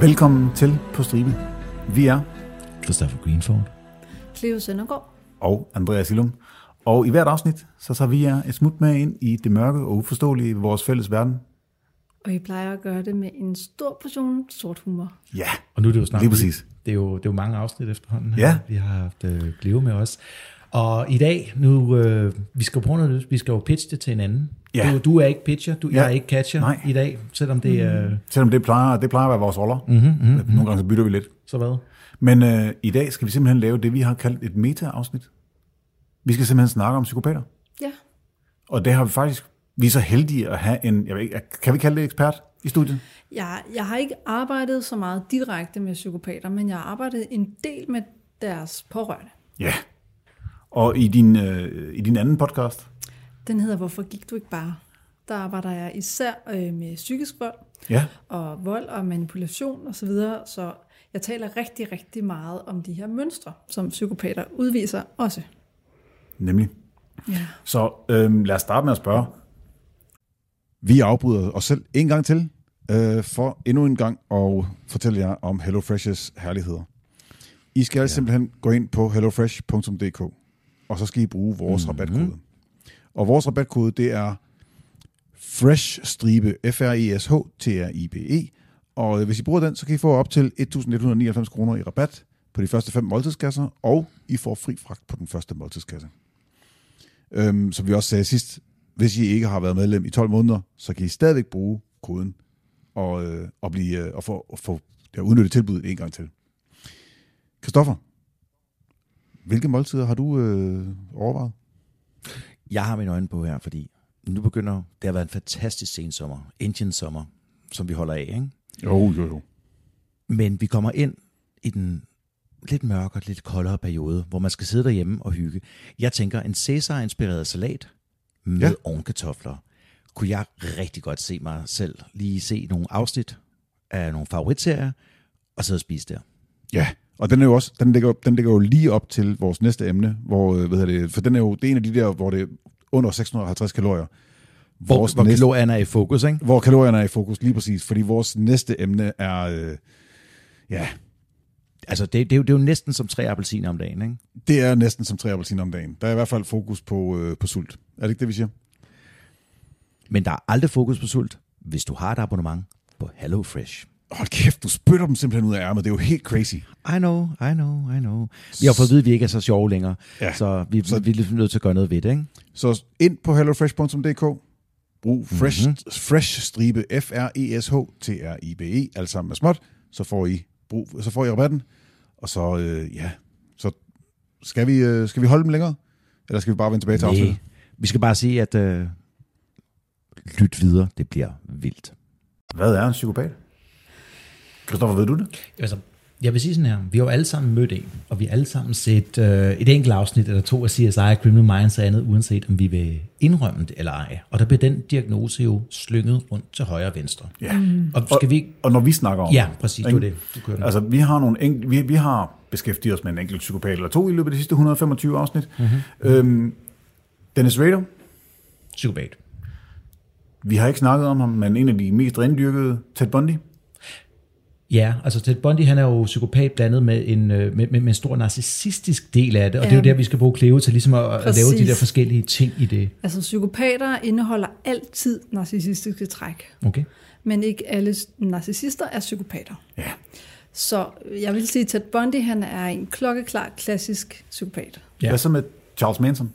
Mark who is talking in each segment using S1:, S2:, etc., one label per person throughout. S1: Velkommen til På Stribe. Vi er
S2: Christopher Greenford.
S3: Cleo Søndergaard.
S1: og Andreas Illum. Og i hvert afsnit, så tager vi jer et smut med ind i det mørke og uforståelige ved vores fælles verden.
S3: Og I plejer at gøre det med en stor portion sort humor.
S1: Ja,
S2: Og nu er det jo snart...
S1: Lige præcis.
S2: Det er jo, det er jo mange afsnit efterhånden. Her.
S1: Ja.
S2: Vi har haft øh, Cleo med os. Og i dag, nu, øh, vi skal jo prøve noget nyt. Vi skal jo pitche det til hinanden.
S1: Ja.
S2: Du, du er ikke pitcher, du,
S1: Ja.
S2: jeg er ikke catcher
S1: Nej.
S2: i dag, selvom det er... Øh,
S1: selvom det plejer, det plejer at være vores roller. Mm-hmm, mm-hmm. Nogle gange så bytter vi lidt.
S2: så hvad?
S1: Men øh, i dag skal vi simpelthen lave det, vi har kaldt et meta-afsnit. Vi skal simpelthen snakke om psykopater.
S3: Ja,
S1: Og det har vi faktisk... Vi er så heldige at have en... Jeg ved ikke, kan vi kalde det ekspert i studiet?
S3: jeg, jeg har ikke arbejdet så meget direkte med psykopater, men jeg har arbejdet en del med deres pårørende.
S1: Ja. Og i din, øh, i din anden podcast,
S3: Den hedder Hvorfor gik du ikke bare? Der arbejder jeg især øh, med psykisk vold
S1: ja,
S3: og vold og manipulation osv., så, videre, så jeg taler rigtig, rigtig meget om de her mønstre, som psykopater udviser også.
S1: nemlig.
S3: Ja.
S1: Så øhm, lad os starte med at spørge. Vi afbryder os selv en gang til, øh, for endnu en gang at fortælle jer om HelloFresh's herligheder. I skal ja. simpelthen gå ind på hellofresh.dk, og så skal I bruge vores mm-hmm. rabatkode. Og vores rabatkode, det er FRESH-stribe, E F-R-E-S-H-T-R-I-B-E. Og øh, hvis I bruger den, så kan I få op til 1.199 kroner i rabat på de første fem måltidskasser, og I får fri fragt på den første måltidskasse. Øhm, som vi også sagde sidst, hvis I ikke har været medlem i 12 måneder, så kan I stadigvæk bruge koden og, øh, og, blive, øh, og få, og få ja, udnyttet tilbuddet en gang til. Kristoffer, hvilke måltider har du øh, overvejet?
S4: Jeg har mine øjne på her, fordi nu begynder, det har været en fantastisk sensommer, Indian sommer, som vi holder af, ikke?
S1: Jo, jo, jo.
S4: Men vi kommer ind i den lidt mørkere, lidt koldere periode, hvor man skal sidde derhjemme og hygge. Jeg tænker, en Cæsar-inspireret salat med
S1: Ja.
S4: ja. ovenkartofler, kunne jeg rigtig godt se mig selv lige se nogle afsnit af nogle favoritserier, og sidde og spise der.
S5: Ja, og den, er jo også, den, ligger, den ligger jo lige op til vores næste emne, hvor, øh, hvad hedder det, for den er jo det er en af de der, hvor det er under 650 kalorier.
S4: Hvor, hvor
S5: næste-
S4: kalorierne er i fokus, ikke?
S5: Hvor kalorierne er i fokus, lige præcis, fordi vores næste emne er, øh, ja,
S4: Altså, det, det, er jo, det er jo næsten som tre appelsiner om dagen, ikke?
S5: det er næsten som tre appelsiner om dagen. Der er i hvert fald fokus på, øh, på sult. Er det ikke det, vi siger?
S4: Men der er aldrig fokus på sult, hvis du har et abonnement på HelloFresh.
S5: Hold kæft, du spytter dem simpelthen ud af ærmet. Det er jo helt crazy.
S4: I know, I know, I know. Vi har fået at vide, at vi ikke er så sjove længere,
S5: Ja.
S4: ja. så vi, så... vi er ligesom nødt til at gøre noget ved det, ikke?
S5: Så ind på hellofresh.dk, brug fresh,
S1: Mhm.
S5: mm-hmm. fresh stribe f r e s h t r i b e alt sammen med småt, så får I brug, så får I rabatten. Og så øh, ja, så skal vi øh, skal vi holde dem længere, eller skal vi bare vende tilbage til afsnittet?
S4: Nej. Vi skal bare sige, at øh, lyt videre, det bliver vildt.
S1: Hvad er en psykopat? Kristoffer, ved du det?
S2: Altså, jeg vil sige sådan her, vi har jo alle sammen mødt en, og vi har alle sammen set øh, et enkelt afsnit eller to af CSI, Criminal Minds og andet, uanset om vi vil indrømme det eller ej. Og der bliver den diagnose jo slynget rundt til højre og venstre.
S1: Ja. Mm.
S2: Og skal vi ikke...
S1: Og når vi snakker om
S2: Ja, præcis, det var det. Du kører den.
S1: Altså, vi har, nogle enkel, vi, vi har beskæftiget os med en enkelt psykopat eller to i løbet af de sidste 125 afsnit. Mm-hmm. Øhm, Dennis Rader,
S2: Psykopat.
S1: vi har ikke snakket om ham, men en af de mest rendyrkede, Ted Bundy.
S2: Ja, altså Ted Bundy, han er jo psykopat blandet med en, øh, med, med, med en stor narcissistisk del af det, og ja. det er jo
S3: Ja.
S2: der, vi skal bruge Cleo til ligesom at, at lave de
S3: Præcis.
S2: der forskellige ting i det.
S3: Altså psykopater indeholder altid narcissistiske træk.
S2: Okay?
S3: Men ikke alle narcissister er psykopater.
S1: Ja.
S3: Så jeg vil sige, at Ted Bundy han er en klokkeklar klassisk psykopat.
S2: Ja.
S1: ja. Hvad så med Charles Manson?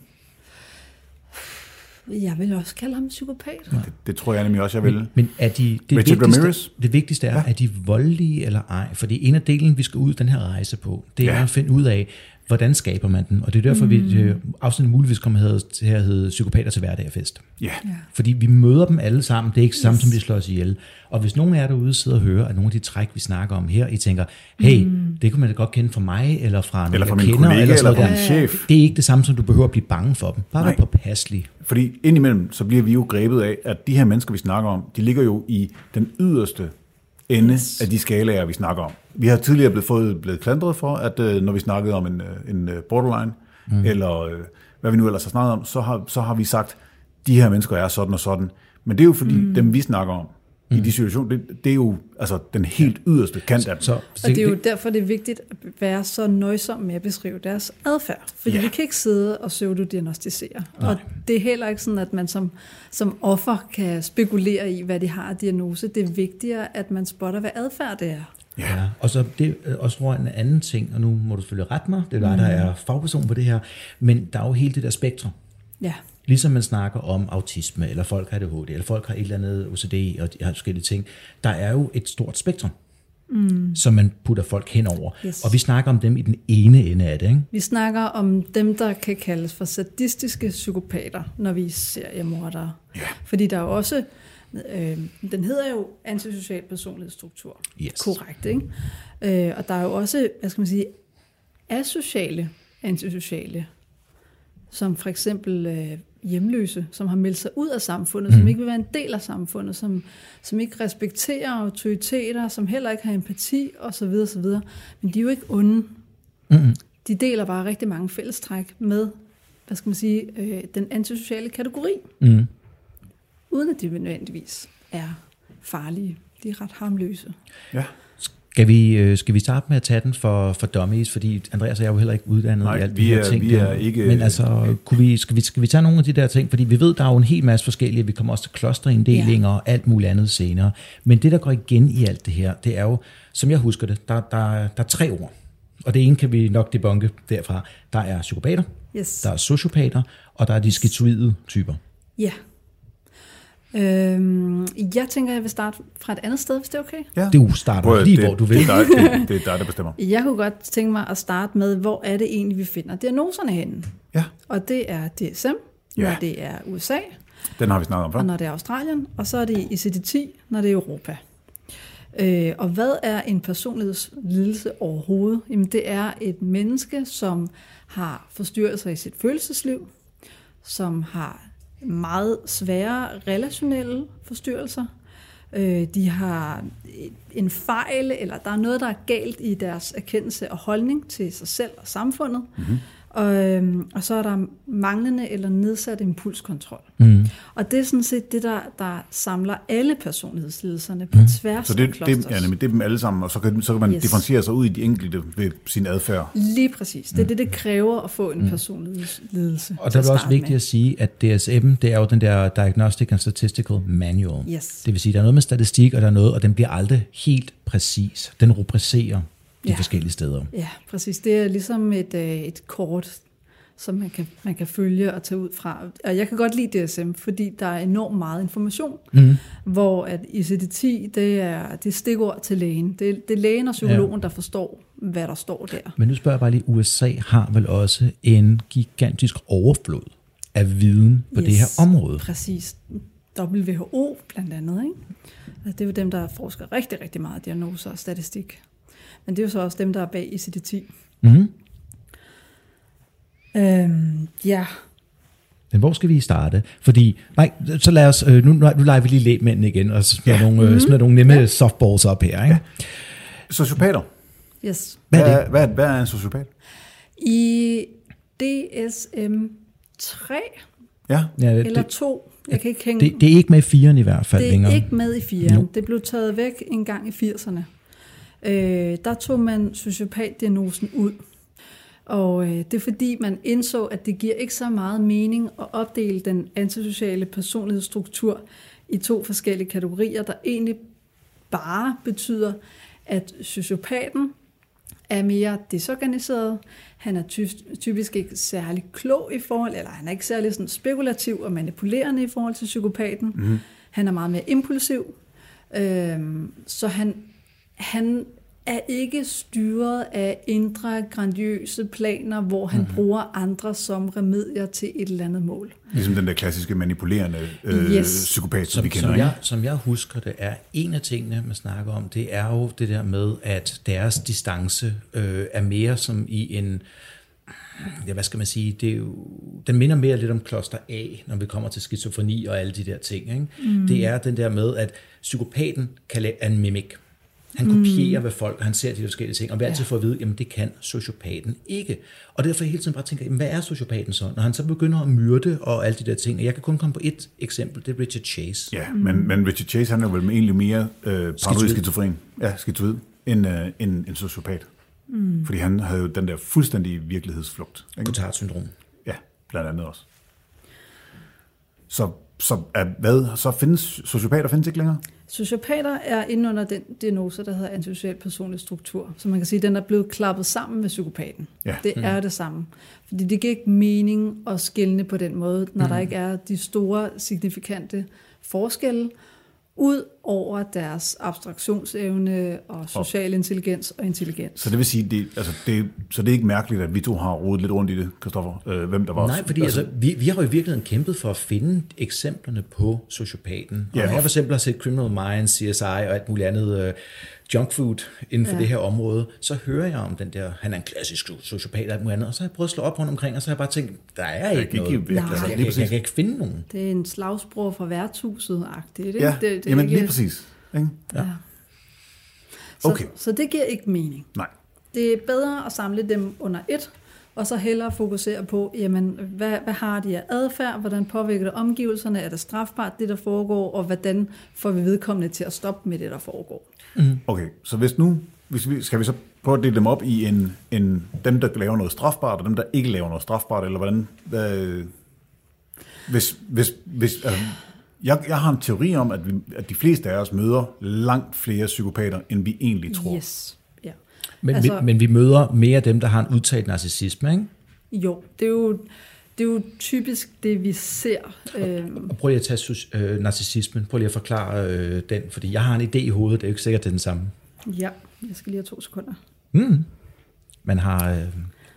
S3: Jeg vil også kalde ham psykopat.
S1: Det, det tror jeg nemlig også, jeg vil.
S2: Men er de, det,
S1: Richard
S2: vigtigste,
S1: Ramirez?
S2: det vigtigste er, ja. er de voldelige eller ej? Fordi en af delen, vi skal ud den her rejse på, det er
S1: Ja.
S2: ja. at finde ud af, hvordan skaber man den? Og det er derfor, mm. vi øh, afsnittet muligvis kommer hedder- til at hedde Psykopater til hverdag og fest.
S1: Ja. ja.
S2: Fordi vi møder dem alle sammen, det er ikke sammen, yes. som de slår os ihjel. Og hvis nogen af jer derude sidder og hører, at nogle af de træk, vi snakker om her, I tænker, hey, mm. det kunne man da godt kende fra mig, eller fra nogle,
S1: Eller fra
S2: jeg
S1: min
S2: kender,
S1: kollega, eller,
S2: eller, sådan
S1: fra min
S2: noget der.
S1: chef.
S2: Det er ikke det samme, som du behøver at blive bange for dem. Bare vær
S1: Nej.
S2: påpasselig.
S1: Fordi indimellem, så bliver vi jo grebet af, at de her mennesker, vi snakker om, de ligger jo i den yderste ende yes. af de skalaer, vi snakker om. Vi har tidligere blevet, fået, blevet klandret for, at øh, når vi snakkede om en, øh, en øh, borderline, mm. eller øh, hvad vi nu ellers har snakket om, så har, så har vi sagt, de her mennesker er sådan og sådan. Men det er jo fordi, mm. dem vi snakker om,
S5: mm. i de situationer. Det, det er jo altså, den helt yderste kant af dem.
S2: Så,
S3: Og det er jo derfor, det er vigtigt at være så nøjsom med at beskrive deres adfærd. Fordi
S5: Ja.
S3: yeah. vi kan ikke sidde og pseudodiagnostisere. Og det er heller ikke sådan, at man som, som offer kan spekulere i, hvad de har af diagnose. Det er vigtigere, at man spotter, hvad adfærd det er.
S2: Ja, og så det øh, også tror jeg en anden ting, og nu må du selvfølgelig rette mig, det er dig, der
S3: Mm.
S2: er fagperson på det her, men der er jo hele det der spektrum.
S3: Ja,
S2: Ligesom man snakker om autisme, eller folk har ADHD, eller folk har et eller andet OCD, og de har forskellige ting. Der er jo et stort spektrum, mm. som man putter folk hen over.
S3: Yes.
S2: Og vi snakker om dem i den ene ende af det, ikke?
S3: vi snakker om dem, der kan kaldes for sadistiske psykopater, når vi ser mordere. Yeah. Fordi der er jo også, øh, den hedder jo antisocial personlighedsstruktur.
S2: Yes.
S3: Korrekt, ikke? Øh, og der er jo også, hvad skal man sige, asociale antisociale, som for eksempel øh, hjemløse, som har meldt sig ud af samfundet, mm. som ikke vil være en del af samfundet, som, som ikke respekterer autoriteter, som heller ikke har empati osv. osv. Men de er jo ikke onde. Mm. De deler bare rigtig mange fællestræk med, hvad skal man sige, øh, den antisociale kategori, mm. uden at de nødvendigvis er farlige. De er ret harmløse.
S5: Ja.
S2: Skal vi, øh, skal vi starte med at tage den for, for dummies? Fordi Andreas og jeg er jo heller ikke uddannet
S5: Nej,
S2: i alt
S5: vi
S2: de her
S5: er-
S2: ting.
S5: vi er
S2: der.
S5: ikke-
S2: Men altså, kunne vi, skal, vi, skal vi tage nogle af de der ting? Fordi vi ved, der er jo en hel masse forskellige. Vi kommer også til klosterindelinger og alt muligt andet senere. Men det, der går igen i alt det her, det er jo, som jeg husker det, der, der, der er tre ord. Og det ene kan vi nok debunke derfra. Der er psykopater,
S3: Yes.
S2: der er sociopater, og der er de skizoide typer.
S3: Ja. Øhm, jeg tænker, jeg vil starte fra et andet sted, hvis det er okay.
S5: Ja.
S2: Du starter
S5: Prøv at-
S2: lige,
S5: det,
S2: hvor du vil.
S5: Det er, dig, det, det er dig, der bestemmer.
S3: Jeg kunne godt tænke mig at starte med, hvor er det egentlig, vi finder diagnoserne henne?
S5: Ja,
S3: Og det er DSM, når
S5: Ja.
S3: det er USA,
S5: den har vi snakket om før.
S3: og når det er Australien, og så er det ICD-10, når det er Europa. Øh, og hvad er en personlighedslidelse overhovedet? Jamen det er et menneske, som har forstyrrelser i sit følelsesliv, som har meget svære relationelle forstyrrelser. Øh, de har et- en fejl, eller der er noget, der er galt i deres erkendelse og holdning til sig selv og samfundet. Mm-hmm. Og, øhm, og så er der manglende eller nedsat impulskontrol. Mm. Og det er sådan set det, der, der samler alle personlighedslidelserne på mm. tværs
S5: Så det,
S3: af
S5: det,
S3: klosters.
S5: ja, nemlig, det er dem alle sammen, og så kan, så kan man
S3: Yes.
S5: yes. differentiere sig ud i de enkelte ved sin adfærd.
S3: Lige præcis.
S5: Mm.
S3: Det er det, det kræver at få en personlighedsledelse.
S2: Og der er
S3: til at
S2: det også
S3: starte
S2: vigtigt
S3: med.
S2: at sige, at DSM, det er jo den der Diagnostic and Statistical Manual.
S3: Yes.
S2: Det vil sige, der er noget med statistik, og der er noget, og den bliver aldrig helt præcis. Den rubricerer de
S3: Ja.
S2: forskellige steder.
S3: Ja, præcis. Det er ligesom et, øh, et kort, som man kan, man kan følge og tage ud fra. Og jeg kan godt lide DSM, fordi der er enormt meget information, mm. hvor at ICD-10, det er, det er stikord til lægen. Det, er- det er lægen og psykologen, ja. der forstår, hvad der står der.
S2: Men nu spørger jeg bare lige, USA har vel også en gigantisk overflod af viden på yes. det her område.
S3: Præcis. WHO blandt andet. Ikke? Altså, Det er jo dem, der forsker rigtig, rigtig meget i diagnoser og statistik. Men det er jo så også dem, der er bag ICD-10.
S2: Mhm.
S3: Øhm, ja,
S2: Men hvor skal vi starte? Fordi, nej, så lad os, øh, nu, nu leger vi lige lægmændene igen, og så smider, ja. nogle,
S3: Mhm.
S2: øh, smider nogle nemme ja. softballs op her. Ikke?
S5: Sociopater.
S3: yes.
S2: Hvad er det?
S5: Hvad, hvad, hvad er en sociopat?
S3: I DSM 3
S5: Ja,
S2: Ja,
S3: eller
S2: det,
S3: 2, jeg kan ikke hænge,
S2: det, det er ikke med i firen i hvert fald
S3: det
S2: længere.
S3: er ikke med i 4'eren.
S2: Jo.
S3: Det blev taget væk en gang i 80'erne. Øh, der tog man sociopatdiagnosen ud. Og øh, det er fordi, man indså, at det giver ikke så meget mening at opdele den antisociale personlighedsstruktur i to forskellige kategorier, der egentlig bare betyder, at sociopaten er mere desorganiseret. Han er ty- typisk ikke særlig klog i forhold, eller han er ikke særlig sådan spekulativ og manipulerende i forhold til psykopaten. Mm. Han er meget mere impulsiv. Øhm, så han, han er ikke styret af indre grandiøse planer, hvor han mm. bruger andre som remedier til et eller andet mål.
S5: ligesom den der klassiske manipulerende øh,
S3: Yes.
S5: yes. psykopat, som,
S2: som,
S5: vi kender.
S2: som,
S5: ikke?
S2: jeg, som jeg husker det, er en af tingene, man snakker om, det er jo det der med, at deres distance øh, er mere som i en, ja, hvad skal man sige, det er jo, den minder mere lidt om kloster A, når vi kommer til skizofreni og alle de der ting. Ikke? Mm. Det er den der med, at psykopaten kan lave en mimik. Han kopierer, mm. hvad folk, han ser de der forskellige ting, og vi har altid ja. får at vide, jamen det kan sociopaten ikke. Og derfor jeg hele tiden bare tænker, jamen, hvad er sociopaten så? Når han så begynder at myrde og alle de der ting, og jeg kan kun komme på et eksempel, det er Richard Chase.
S1: Ja, men, men Richard Chase, han er vel egentlig mere øh, paranoid skizofren. Ja, skizofren. En, øh, en, en sociopat. Mm. Fordi han havde jo den der fuldstændige virkelighedsflugt. Ikke?
S2: Cotard-syndrom.
S1: Ja, blandt andet også. Så, så er, hvad? Så findes sociopater findes ikke længere?
S3: Sociopater er inde under den diagnose, der hedder antisocial personlig struktur. Så man kan sige, at den er blevet klappet sammen med psykopaten.
S1: Ja.
S3: Det er det samme. Fordi det giver ikke mening at skille på den måde, når mm. der ikke er de store, signifikante forskelle, ud over deres abstraktionsevne og social intelligens og intelligens.
S1: Så det vil sige, det, altså det, så det er ikke mærkeligt, at vi to har rodet lidt rundt i det, Kristoffer, øh, hvem der var...
S2: Nej, fordi altså, vi, vi har jo i virkeligheden kæmpet for at finde eksemplerne på sociopaten. Og
S1: Ja,
S2: ja, når
S1: og-
S2: jeg for eksempel har set Criminal Minds, CSI og alt muligt andet øh, junk food inden for
S3: Ja.
S2: det her område, så hører jeg om den der, han er en klassisk sociopat og alt muligt andet, og så har jeg prøvet at slå op rundt omkring, og så har jeg bare tænkt, der er ikke
S1: kan ikke
S2: noget.
S1: give væk,
S2: jeg,
S3: altså,
S2: jeg,
S1: lige
S2: jeg,
S1: præcis.
S2: jeg kan ikke finde nogen.
S3: Det er en slagsbror fra værtshuset-agtigt.
S2: altså,
S3: Ikke?
S1: Ja,
S3: det, det er
S1: jamen
S3: ikke-
S1: lige præcis. Ikke?
S3: Ja. Så,
S1: Okay.
S3: så det giver ikke mening.
S1: Nej.
S3: Det er bedre at samle dem under et, og så hellere fokusere på, jamen, hvad, hvad har de af adfærd, hvordan påvirker det omgivelserne, er det strafbart, det der foregår, og hvordan får vi vedkommende til at stoppe med det, der foregår.
S1: Okay, så hvis nu, hvis vi, skal vi så prøve at dele dem op i en, en, dem, der laver noget strafbart, og dem, der ikke laver noget strafbart, eller hvordan... Øh, hvis, hvis, hvis, altså, jeg, jeg har en teori om, at, vi, at de fleste af os møder langt flere psykopater, end vi egentlig tror.
S3: Yes. Ja.
S2: Men, altså,
S3: Altså-
S2: vi, men vi møder mere dem, der har en udtalt narcissisme, ikke?
S3: Jo, det er jo, det er jo typisk det, vi ser. Øhm,
S2: Og prøv lige at tage soci- øh, narcissismen, prøv lige at forklare øh, den, fordi jeg har en idé i hovedet, det er jo ikke sikkert, det er den samme.
S3: ja, jeg skal lige have to sekunder.
S2: Man har øh,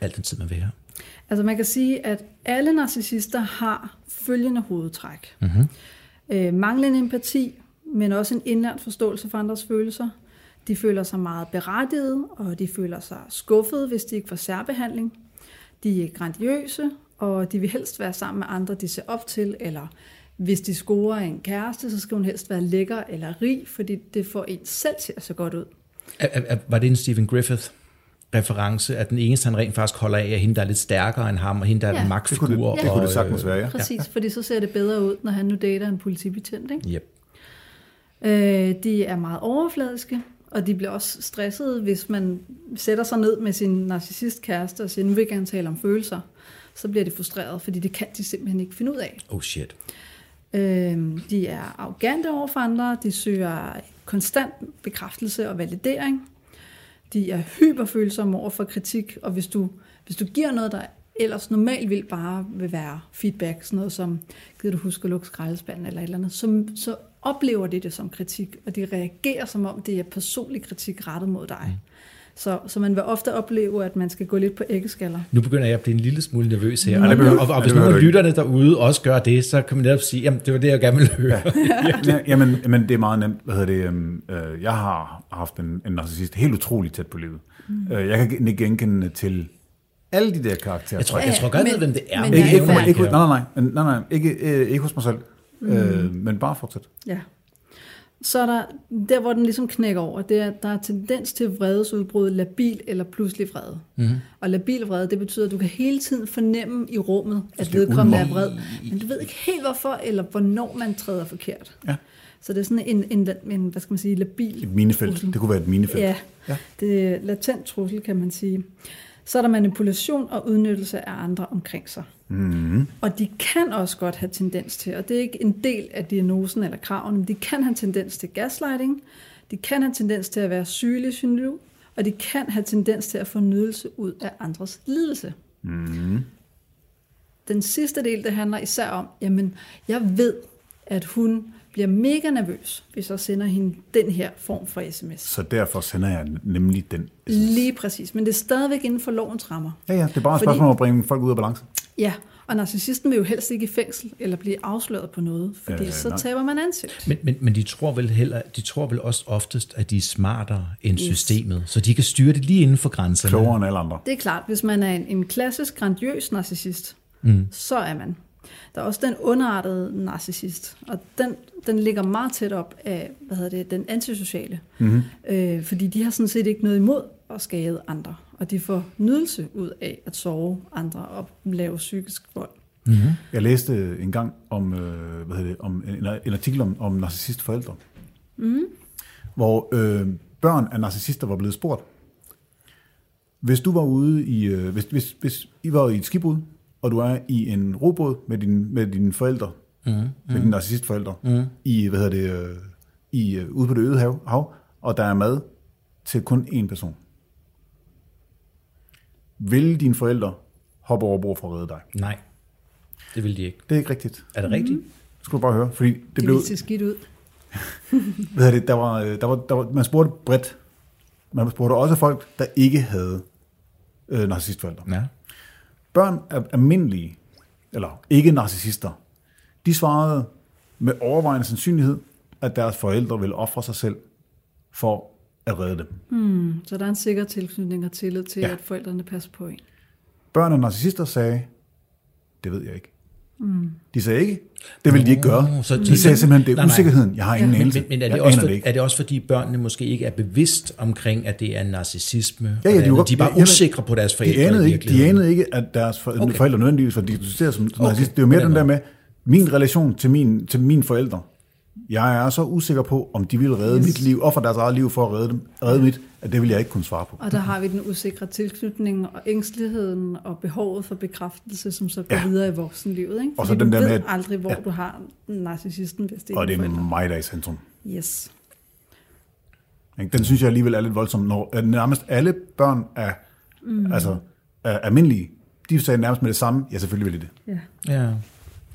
S2: alt den tid, man vil her.
S3: Altså man kan sige, at alle narcissister har følgende hovedtræk. Mm-hmm. Øh, manglende empati, men også en indlært forståelse for andres følelser. De føler sig meget berettiget, og de føler sig skuffede, hvis de ikke får særbehandling. De er grandiøse, og de vil helst være sammen med andre, de ser op til, eller hvis de scorer en kæreste, så skal hun helst være lækker eller rig, fordi det får en selv til at se godt ud.
S2: Er, er, er, var det en Stephen Griffith? reference, at den eneste, han rent faktisk holder af, er hende, der er lidt stærkere end ham, og hende, der er
S3: Ja.
S2: ja. en
S1: Det
S2: magtfigur.
S1: kunne det, det, kunne det
S2: og, øh,
S1: sagtens være, ja.
S3: Præcis, ja. fordi så ser det bedre ud, når han nu dater en politibetjent, ikke?
S2: Øh, yep.
S3: Øh, de er meget overfladiske, og de bliver også stressede, hvis man sætter sig ned med sin narcissistkæreste og siger, nu vil jeg gerne tale om følelser. Så bliver de frustreret, fordi det kan de simpelthen ikke finde ud af.
S2: Oh shit.
S3: Øh, de er arrogante over for andre, de søger konstant bekræftelse og validering. De er hyperfølsomme over for kritik, og hvis du, hvis du giver noget, der ellers normalt vil bare vil være feedback, sådan noget som, gider du huske at lukke skraldespanden eller et eller andet, så, så oplever de det som kritik, og de reagerer som om, det er personlig kritik rettet mod dig. Så, så man vil ofte opleve, at man skal gå lidt på æggeskaller.
S2: Nu begynder jeg at blive en lille smule nervøs her. Og,
S1: det behøver-
S2: og, og
S1: Mm. ja,
S2: hvis
S1: det
S2: nogle
S1: behøver
S2: af
S1: du ikke.
S2: lytterne derude også gør det, så kan man netop sige, jamen det var det, jeg gerne ville høre.
S1: ja, jamen, men det er meget nemt. Hvad hedder det? øhm, øh, Jeg har haft en, en narcissist helt utrolig tæt på livet. Mm. Jeg kan ikke genkende til alle de der karakterer.
S2: Jeg tror,
S1: ikke,
S2: jeg tror godt, jeg ved,
S3: Men-
S2: hvem det er.
S3: men
S2: men
S1: ikke,
S3: jeg
S2: det er
S1: ikke,
S2: jo-
S3: færdig.
S1: ikke, nej, nej, nej, nej, nej, ikke, øh, ikke hos mig selv.
S3: Mm.
S1: Øh, men bare fortsæt.
S3: Ja. Så er der, der hvor den ligesom knækker over, det er, at der er tendens til vredesudbrud, labil eller pludselig vrede.
S1: Mhm.
S3: Mm-hmm. Og labil vrede, det betyder, at du kan hele tiden fornemme i rummet,
S1: Altså,
S3: at vedkommende er vred. Men du ved ikke helt hvorfor, eller hvornår man træder forkert.
S1: Ja.
S3: Så det er sådan en, en, en hvad skal man sige, labil
S1: Et minefelt. Det kunne være et minefelt.
S3: Ja, det er latent trussel, kan man sige. Så er der manipulation og udnyttelse af andre omkring sig. Mm. Og de kan også godt have tendens til, og det er ikke en del af diagnosen eller kraven, men de kan have tendens til gaslighting, de kan have tendens til at være sygelig synliv, og de kan have tendens til at få nydelse ud af andres lidelse. Den sidste del, det handler især om, jamen, jeg ved, at hun bliver mega nervøs, hvis jeg sender hende den her form for sms.
S1: Så derfor sender jeg nemlig den.
S3: Lige præcis, men det er stadigvæk inden for lovens rammer.
S1: Ja, ja, det er bare et
S3: Fordi-
S1: spørgsmål om at bringe folk ud af balance.
S3: Ja, og narcissisten vil jo helst ikke i fængsel eller blive afsløret på noget, fordi
S1: Øh,
S3: øh, så
S1: nej.
S3: taber man ansigt.
S2: Men, men, men de tror vel heller, de tror vel også oftest, at de er smartere end yes. systemet, så de kan styre det lige inden for grænserne.
S1: Klogere end alle andre.
S3: Det er klart, hvis man er en, en klassisk grandiøs narcissist, mm. så er man. Der er også den underartede narcissist, og den, den ligger meget tæt op af hvad hedder det, den antisociale. Mm-hmm. Øh, fordi de har sådan set ikke noget imod at skade andre, og de får nydelse ud af at sove andre og lave psykisk vold.
S1: Jeg læste en gang om, øh, hvad hedder det, om en, en artikel om, om narcissistforældre, mm. hvor øh, børn af narcissister var blevet spurgt. Hvis du var ude i, øh, hvis, hvis, hvis I var i et skibbrud, og du er i en robåd med, din, med dine forældre, mm. med dine narcissistforældre, mm. i, hvad hedder det, øh, i, øh, ude på det øde hav, hav, og der er mad til kun én person. Vil dine forældre hoppe over bord for at redde dig?
S2: Nej, det vil de ikke.
S1: Det er ikke rigtigt.
S2: Er det rigtigt?
S1: Det skulle du bare høre, fordi det,
S3: Det,
S1: blev,
S3: det ser skidt ud.
S1: hvad hedder det, der var, øh, der var, der var, man spurgte bredt. Man spurgte også folk, der ikke havde øh, narcissistforældre.
S2: Ja.
S1: Børn af almindelige, eller ikke narcissister, de svarede med overvejende sandsynlighed, at deres forældre ville ofre sig selv for at redde dem.
S3: Så der er en sikker tilknytning og tillid til,
S1: Ja.
S3: ja. at forældrene passer på en.
S1: Børn af narcissister sagde, det ved jeg ikke. Mm. De sagde ikke, det ville de ikke gøre.
S2: Nå, så de-
S1: de sagde simpelthen, det er
S2: Nej, nej.
S1: usikkerheden. Jeg har ingen
S2: Men,
S1: anelse.
S2: men, men er,
S1: Jeg
S2: det også
S1: aner
S2: for,
S1: det
S2: det
S1: ikke.
S2: er det også fordi børnene måske ikke er bevidst omkring, at det er narcissisme? og
S1: Ja, ja, de,
S2: det
S1: var,
S2: andet? de er bare
S1: ja,
S2: usikre på deres forældre.
S1: De
S2: i
S1: anede, ikke, de
S2: virkeligheden.
S1: anede ikke, at deres for, okay. forældre nødvendigvis var diagnostiseret som okay. narcissist. Det er jo
S2: på
S1: mere
S2: den
S1: den der med, min relation til, min, til mine forældre. Jeg er så usikker på, om de ville redde yes. mit liv, offer deres eget liv for at redde, dem, redde mit, at det vil jeg ikke kunne svare på.
S3: Og der har vi den usikre tilknytning og ængsteligheden og behovet for bekræftelse, som så går
S1: Ja.
S3: ja. videre i voksenlivet. Ikke?
S1: Og så
S3: Fordi
S1: den
S3: du
S1: der
S3: ved
S1: med, at-
S3: aldrig, hvor
S1: ja.
S3: ja. du har narcissisten, hvis det er
S1: Og det
S3: dine
S1: er
S3: forældre.
S1: mig, der er i centrum.
S3: Yes.
S1: Ikke? Den synes jeg alligevel er lidt voldsom, når at nærmest alle børn er, mm. altså, er almindelige. De sagde nærmest med det samme, ja selvfølgelig vil de det.
S3: Ja.
S2: Ja.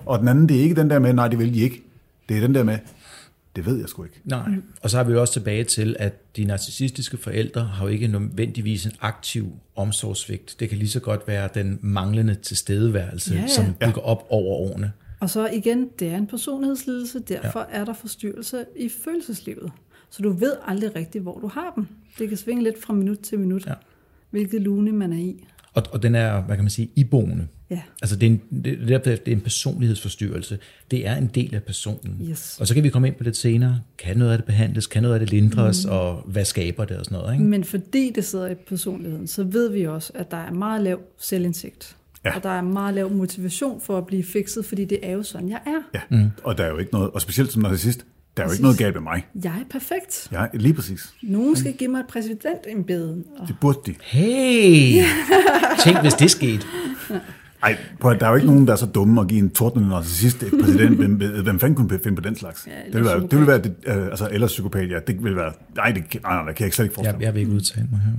S1: Og den anden, det er ikke den der med, nej det vil de ikke. Det er den der med, det ved jeg sgu ikke.
S2: Nej, og så er vi jo også tilbage til, at de narcissistiske forældre har jo ikke nødvendigvis en aktiv omsorgsvigt. Det kan lige så godt være den manglende tilstedeværelse,
S3: Ja,
S2: ja.
S3: ja.
S2: som bygger op over årene.
S3: Og så igen, det er en personlighedslidelse, derfor ja. er der forstyrrelse i følelseslivet. Så du ved aldrig rigtigt, hvor du har dem. Det kan svinge lidt fra minut til minut,
S2: Ja.
S3: ja. hvilket lune man er i.
S2: Og, og den er, hvad kan man sige, iboende.
S3: Ja.
S2: Altså det er, en, det, det er derfor, det er en personlighedsforstyrrelse. Det er en del af personen.
S3: Yes.
S2: Og så kan vi komme ind på lidt senere. Kan noget af det behandles? Kan noget af det lindres? Mm. Og hvad skaber det og sådan noget? Ikke?
S3: Men fordi det sidder i personligheden, så ved vi også, at der er meget lav selvindsigt. Ja. Og der er meget lav motivation for at blive fikset, fordi det er jo sådan, jeg er.
S1: Ja, mm. og der er jo ikke noget, og specielt som narcissist, der er jo ikke
S3: Præcis.
S1: noget galt med mig.
S3: Jeg er perfekt.
S1: Ja, lige præcis.
S3: Nogen skal give mig et præsidentembede. Og
S1: Det burde de.
S2: Hey! Tænk, hvis det skete.
S1: Ej, prøv at, der er jo ikke nogen, der er så dumme at give en tordnende narcissist et præsident. hvem, hvem fanden kunne finde på den slags? Ja, det vil være, det vil være det, øh, altså, eller psykopat, ja. Det vil være, nej, det, kan- nej, nej, det kan jeg slet ikke
S2: Jeg,
S1: forestille mig.
S2: jeg vil ikke udtale mig her.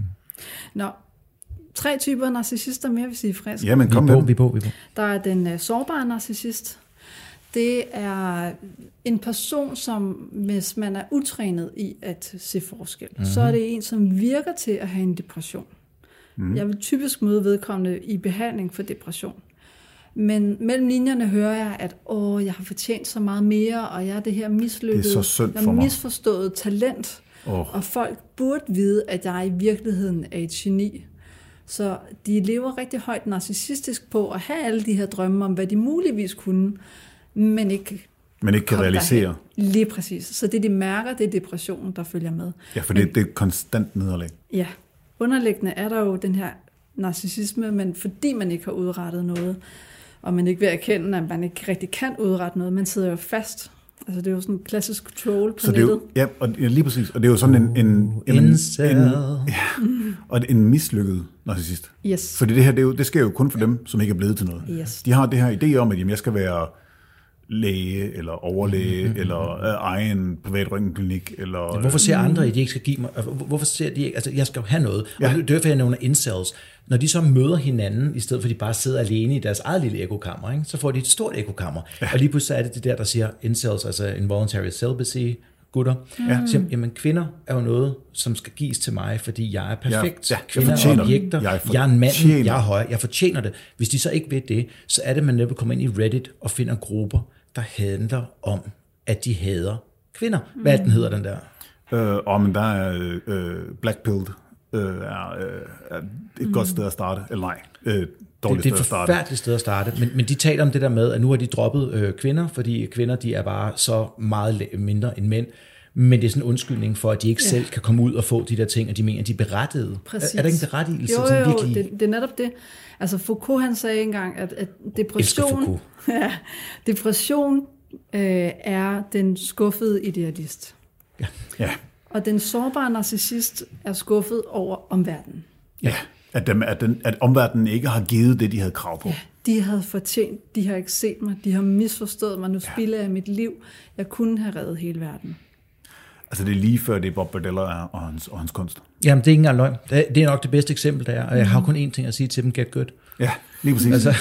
S3: Nå, tre typer narcissister mere, hvis I er friske.
S1: Ja, men kom
S2: Vi
S1: med
S2: er på, vi
S1: den.
S2: er på, vi er på.
S3: Der er den øh, sårbare narcissist. Det er en person, som hvis man er utrænet i at se forskel, mm-hmm.
S1: Mhm.
S3: så er det en, som virker til at have en depression.
S1: Mhm.
S3: Mm-hmm. Jeg vil typisk møde vedkommende i behandling for depression. Men mellem linjerne hører jeg, at Åh, jeg har fortjent så meget mere, og jeg er det her mislykkede,
S1: Det er så synd
S3: jeg
S1: for mig."
S3: misforstået talent,
S1: Åh.
S3: og folk burde vide, at jeg i virkeligheden er et geni. Så de lever rigtig højt narcissistisk på at have alle de her drømme om, hvad de muligvis kunne, men ikke
S1: Men ikke kan
S3: komme
S1: realisere.
S3: derhen. Lige præcis. Så det, de mærker, det er depressionen, der følger med.
S1: Ja, for det, det er et konstant nederlag.
S3: Ja, underliggende er der jo den her narcissisme, men fordi man ikke har udrettet noget, og man ikke vil erkende, at man ikke rigtig kan udrette noget, man sidder jo fast. Altså det er jo sådan en klassisk troll på
S1: Så det er
S3: nettet.
S1: jo, ja, og, ja, lige præcis. Og det er jo sådan en, en, en, en,
S2: Incel.
S1: og en mislykket narcissist.
S3: Yes.
S1: Fordi det her, det, er jo, det sker jo kun for dem, som ikke er blevet til noget.
S3: Yes.
S1: De har det her idé om, at jamen, jeg skal være læge, eller overlæge, mm-hmm. eller øh, eje en privat røntgenklinik, eller...
S2: Hvorfor ser andre, at de ikke skal give mig? og hvor- Hvorfor ser de ikke? Altså, jeg skal jo have noget. Ja. Og det er derfor, jeg nævner incels. Når de så møder hinanden, i stedet for at de bare sidder alene i deres eget lille ekokammer, ikke? så får de et stort ekokammer. Ja. Og lige pludselig er det det der, der siger incels, altså involuntary celibacy, gutter. Ja. Siger, jamen kvinder er jo noget, som skal gives til mig, fordi jeg er perfekt.
S1: Ja, ja,
S2: Ja,
S1: jeg
S2: kvinder er
S1: fortjener det.
S2: objekter.
S1: Jeg
S2: Jeg,
S1: fortjener-
S2: jeg er en mand. Jeg er høj. Jeg fortjener det. Hvis de så ikke ved det, så er det, man netop kommer ind i Reddit og finder grupper, der handler om, at de hader kvinder. Hvad er den hedder, den der?
S1: Øh, og men der er øh, Blackpilled øh, er, øh, er et mm. godt sted at starte. Eller nej, øh,
S2: det,
S1: dårligt
S2: det er
S1: sted
S2: et
S1: at starte.
S2: forfærdeligt sted at starte, men, men de taler om det der med, at nu har de droppet øh, kvinder, fordi kvinder de er bare så meget la- mindre end mænd. Men det er sådan en undskyldning for, at de ikke ja. selv kan komme ud og få de der ting, og de mener, at de er berettiget.
S3: Præcis.
S2: Er, er der ikke en berettigelse?
S3: Jo,
S2: sådan
S3: jo, jo
S2: virkelig?
S3: det, det er netop det. Altså Foucault han sagde engang, at, at depression,
S2: Foucault.
S3: ja, depression øh, er den skuffede idealist.
S1: Ja,
S3: Og den sårbare narcissist er skuffet over omverdenen.
S1: ja. At, dem, at, den, at omverdenen ikke har givet det, de havde krav på.
S3: De havde fortjent, de har ikke set mig, de har misforstået mig, nu spilder jeg mit liv. Jeg kunne have reddet hele verden.
S1: Altså det er lige før det er Bob Bardella er, og hans, og hans kunst.
S2: Jamen, det er ikke engang løgn. Det, det er nok det bedste eksempel, der er, og jeg
S3: Mhm.
S2: har kun én ting at sige til dem, get good.
S1: Ja, lige præcis.
S2: Altså,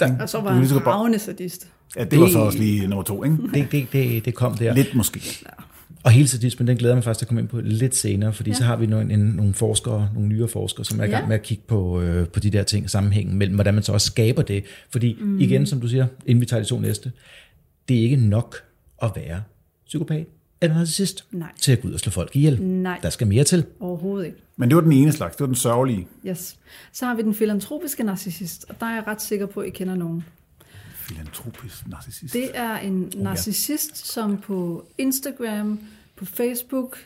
S2: der,
S3: Og så
S1: Du
S3: var
S1: kan lige så
S3: han
S1: godt bare-
S3: ravende sadist.
S1: ja, det var så også lige nummer to, ikke?
S2: det, det, det, det kom der.
S1: Lidt måske.
S2: Og hele sadismen, den glæder jeg mig faktisk at komme ind på lidt senere, fordi ja. så har vi nogle, en, nogle forskere, nogle nyere forskere, som er i gang
S3: Ja.
S2: med at kigge på, øh, på de der ting, sammenhængen mellem, hvordan man så også skaber det. Fordi mm. igen, som du siger, inden vi tager de to næste, det er ikke nok at være psykopat eller narcissist
S3: Nej.
S2: til at gå ud og slå folk ihjel.
S3: Nej.
S2: Der skal mere til.
S3: Overhovedet ikke.
S1: Men det var den ene slags, det var den sørgelige.
S3: Yes. Så har vi den filantropiske narcissist, og der er jeg ret sikker på, at I kender nogen.
S1: Filantropisk narcissist.
S3: Det er en narcissist, som på Instagram, på Facebook,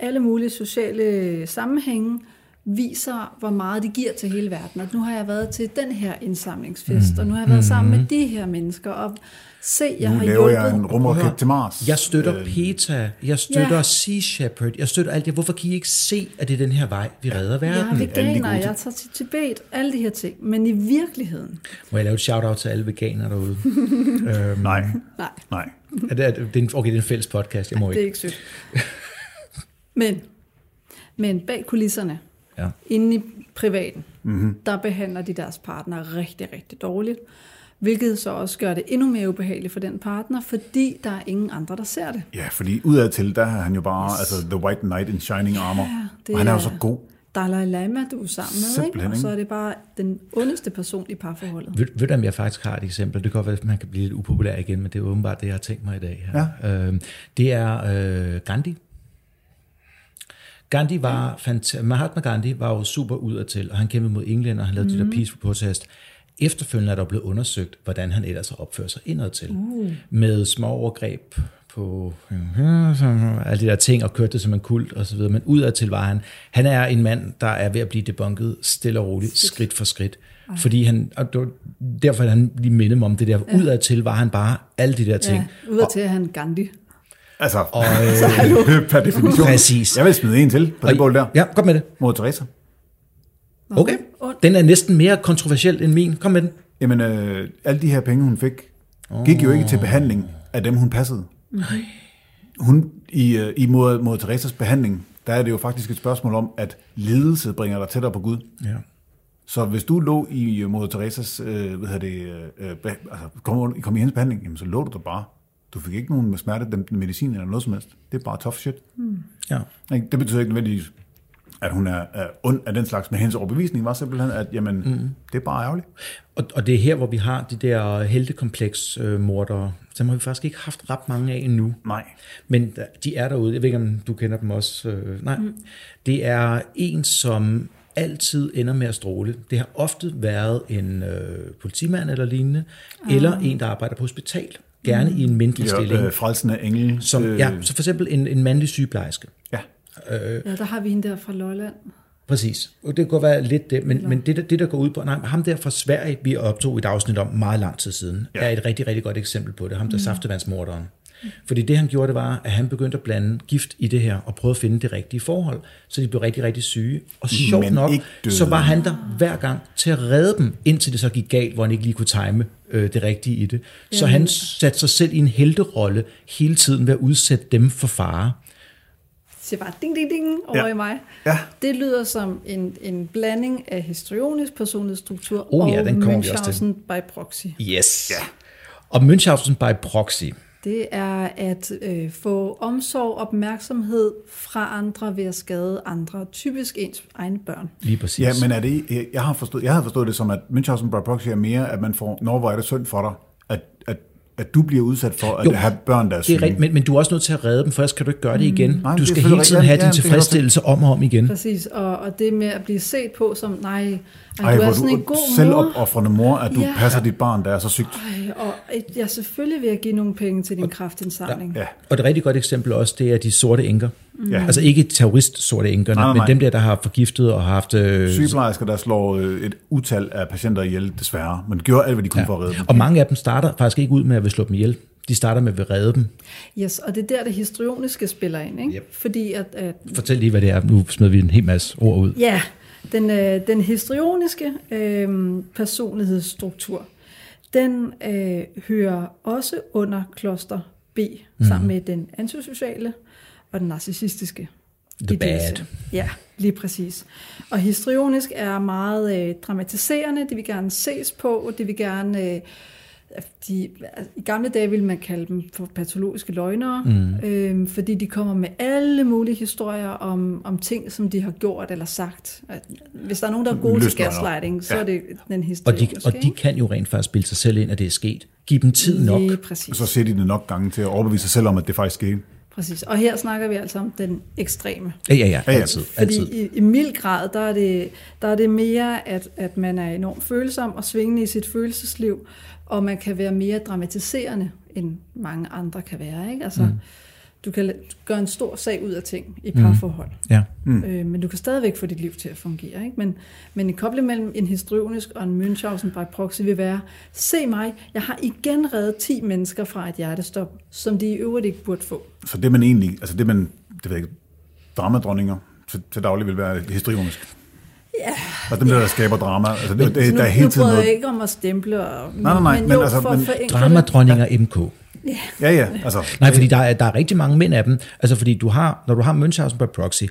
S3: alle mulige sociale sammenhænge, viser, hvor meget de giver til hele verden. Og nu har jeg været til den her indsamlingsfest, mm. og nu har jeg været sammen med de her mennesker, og se, jeg
S1: Mhm. nu
S3: har
S1: laver
S3: hjulpet.
S1: jeg en rumraket til Mars.
S2: Jeg støtter øh,
S1: Øh,
S2: PETA, jeg støtter
S3: ja.
S2: Sea Shepherd, jeg støtter alt det. Hvorfor kan I ikke se, at det er den her vej, vi redder
S3: Jeg er
S2: verden?
S1: Alle de
S3: veganer,
S1: gode ting.
S3: jeg tager til Tibet, alle de her ting. Men i virkeligheden,
S2: Må jeg lave et shout-out til alle veganere derude?
S1: Nej,
S3: nej,
S1: nej.
S2: Er det, er det, det er en, okay, det er en fælles podcast, jeg må
S3: det er
S2: ikke.
S3: ikke sødt. Men, men bag kulisserne,
S2: Ja.
S3: inde i privaten,
S1: Mhm.
S3: mm-hmm. der behandler de deres partner rigtig, rigtig dårligt. Hvilket så også gør det endnu mere ubehageligt for den partner, fordi der er ingen andre, der ser det.
S1: Ja, fordi udadtil, der er han jo bare yes. altså, The White Knight in Shining Armor.
S3: det
S1: og han er jo
S3: er-
S1: så god.
S3: Dalai Lama, du er sammen med, ikke?
S1: Simpelthen,
S3: og
S1: ikke?
S3: så er det bare den ondeste person i parforholdet.
S2: Ved, ved du, om jeg faktisk har et eksempel? Det kan godt være, at man kan blive lidt upopulær igen, men det er åbenbart det, jeg har tænkt mig i dag. Her. Ja. Øhm, det er øh, Gandhi. Gandhi var fant- Mahatma Gandhi var jo super udadtil, og han kæmpede mod England, og han lavede mm. det der peaceful protest. Efterfølgende er der blevet undersøgt, hvordan han ellers har opført sig indadtil. Uh. Med små overgreb på øh, alle de der ting, og kørte det som en kult og så videre. Men udadtil var han. Han er en mand, der er ved at blive debunket stille og roligt, skridt for skridt. Fordi han, og det var derfor at han lige mindede mig om det der. Udadtil var han bare alle de der ting.
S3: Ja, ud til at han Gandhi.
S1: Altså,
S2: Og, øh,
S1: per definition.
S2: Præcis.
S1: Jeg vil smide en til på det bål der.
S2: Ja, kom med det.
S1: Mod Teresa.
S3: Nå,
S2: Okay.
S3: ond.
S2: Den er næsten mere kontroversiel end min. Kom med den.
S1: Jamen, øh, alle de her penge, hun fik, gik jo ikke til behandling af dem, hun passede. Hun, i, øh, i mod, mod Teresas behandling, der er det jo faktisk et spørgsmål om, at ledelse bringer dig tættere på Gud.
S2: Ja.
S1: Så hvis du lå i øh, moder Teresas, øh, hvad hedder det, øh, beh- altså, kom, under- kom i hendes behandling, jamen, så lå du der bare. Du fik ikke nogen smertedæmpende medicin eller noget som helst. Det er bare tough shit.
S2: ja.
S1: Ikke? Det betyder ikke nødvendigvis, at hun er, er ond af den slags, men hendes overbevisning var simpelthen, at jamen, mm. det er bare ærgerligt.
S2: Og, og det er her, hvor vi har de der heltekompleks-mordere. Dem har vi faktisk ikke haft ret mange af endnu.
S1: Nej.
S2: Men der- de er derude. Jeg ved ikke, om du kender dem også. Øh, nej. Mm. Det er en, som altid ender med at stråle. Det har ofte været en øh, politimand eller lignende, eller en, der arbejder på hospital. Gerne i en mindre stilling.
S1: Ja, øh, frelsende engel.
S2: som,
S1: øh,
S2: ja, så for eksempel en, en mandlig sygeplejerske.
S1: ja.
S3: Ja, der har vi hende der fra Lolland.
S2: Præcis. Og det kan godt være lidt det, men, men det, der, det, der går ud på, nej, ham der fra Sverige, vi optog et afsnit om meget lang tid siden, ja. er et rigtig, rigtig godt eksempel på det. Ham der mm. saftevandsmorderen. Fordi det, han gjorde, det var, at han begyndte at blande gift i det her, og prøvede at finde det rigtige forhold, så de blev rigtig, rigtig syge. Og sjovt
S1: Men
S2: nok,
S1: ikke døde.
S2: så var han der hver gang til at redde dem, indtil det så gik galt, hvor han ikke lige kunne time øh, det rigtige i det. Så han satte sig selv i en helterolle hele tiden ved at udsætte dem for fare.
S3: siger bare ding, ding, ding over
S1: Ja.
S3: ja. i mig.
S1: Ja.
S3: Det lyder som en, en blanding af histrionisk personlighedsstruktur
S2: Oh
S3: og
S2: ja, den kommer vi også til.
S3: Münchhausen by proxy.
S2: Yes. Ja. Og Münchhausen by proxy.
S3: Det er at øh, få omsorg og opmærksomhed fra andre ved at skade andre, typisk ens egne børn.
S2: Lige præcis.
S1: ja, men er det, øh, jeg- jeg, har forstået, jeg havde forstået det som, at Münchhausen by proxy er mere, at man får, når hvor er det synd for dig, at, at at du bliver udsat for at
S2: Jo,
S1: have børn, der er
S2: Det
S1: syge.
S2: er rigtigt, men, men du er også nødt til at redde dem, for ellers kan du ikke gøre det
S3: Mm.
S2: igen.
S1: Nej, men
S2: du
S1: det er
S2: skal hele
S1: selvfølgelig
S2: tiden have
S1: rigtigt. Ja,
S2: din
S1: det kan jeg godt se.
S2: tilfredsstillelse om og om igen.
S3: Præcis, og, og det med at blive set på som, nej, ej,
S1: Ej,
S3: du
S1: hvor
S3: er
S1: du
S3: sådan en
S1: er
S3: god mor.
S1: selvopoffrende mor, at du
S3: Ja.
S1: passer dit barn, der er så sygt.
S3: Ej, og et, ja, selvfølgelig vil jeg give nogle penge til din kraftindsamling.
S1: Ja.
S2: Og et rigtig godt eksempel også, det er de sorte enker.
S3: Mm.
S1: Ja.
S2: Altså ikke terrorist-sorte enkerne,
S1: Nej, nej, nej.
S2: men dem der, der har forgiftet og har haft... Øh,
S1: Sygeplejersker, der slår øh, et utal af patienter ihjel, desværre. Men gjorde alt, hvad de kunne ja. for at redde dem.
S2: og mange af dem starter faktisk ikke ud med at vil slå dem ihjel. De starter med at vil redde dem.
S3: Yes, og det er der, det histrioniske spiller ind, ikke? Yep. Fordi at, at
S2: Fortæl lige, hvad det er. Nu smed vi en hel masse ord ud.
S3: Ja, den, øh, den histrioniske øh, personlighedsstruktur, den øh, hører også under kloster B, mm.
S2: Mhm.
S3: sammen med den antisociale og den narcissistiske.
S2: The
S3: idéelse.
S2: bad.
S3: Ja, lige præcis. Og histrionisk er meget øh, dramatiserende, det vil gerne ses på, det vil gerne... Øh, de, altså, I gamle dage ville man kalde dem for patologiske løgnere, mm. øhm, fordi de kommer med alle mulige historier om, om ting, som de har gjort eller sagt. At Hvis der er nogen, der er gode til
S1: Løsnøgler.
S3: gaslighting, så
S1: Ja.
S3: er det den
S2: Og de,
S3: historie.
S2: og de kan jo rent faktisk bilde sig selv ind, at det er sket. Giv dem tid nok.
S3: Lige præcis.
S1: Så ser de det nok gange til at overbevise sig selv om, at det faktisk skete.
S3: præcis. Og her snakker vi altså om den ekstreme.
S2: Ja, ja, ja.
S1: ja.
S2: Altid.
S3: Fordi
S2: altid.
S3: i, i mild grad, der er det, der er det mere, at, at man er enormt følsom og svingende i sit følelsesliv, og man kan være mere dramatiserende, end mange andre kan være. Ikke? Altså, mm. Du kan la- gøre en stor sag ud af ting i parforhold,
S2: Ja.
S3: mm. øh, men du kan stadigvæk få dit liv til at fungere. Ikke? Men, men en kobling mellem en histrionisk og en Münchhausen by proxy vil være, se mig, jeg har igen reddet 10 mennesker fra et hjertestop, som de i øvrigt ikke burde få.
S1: Så det man egentlig, altså det man, det ved jeg ikke, dramadronninger til, til daglig vil være histrionisk. Ja. Og dem der, der skaber drama, altså det, det,
S3: nu,
S1: der er hele
S3: nu
S1: tiden
S3: bryder
S1: noget.
S3: jeg ikke om at stemple, og,
S1: Nej, nej, nej,
S3: men,
S1: men
S3: jo,
S1: altså,
S3: for at
S1: men
S3: forenkle det.
S2: Dramadronninger MK.
S1: Ja, ja, altså.
S2: Nej, fordi der er, der er rigtig mange mænd af dem. Altså fordi du har, når du har Münchhausen by proxy,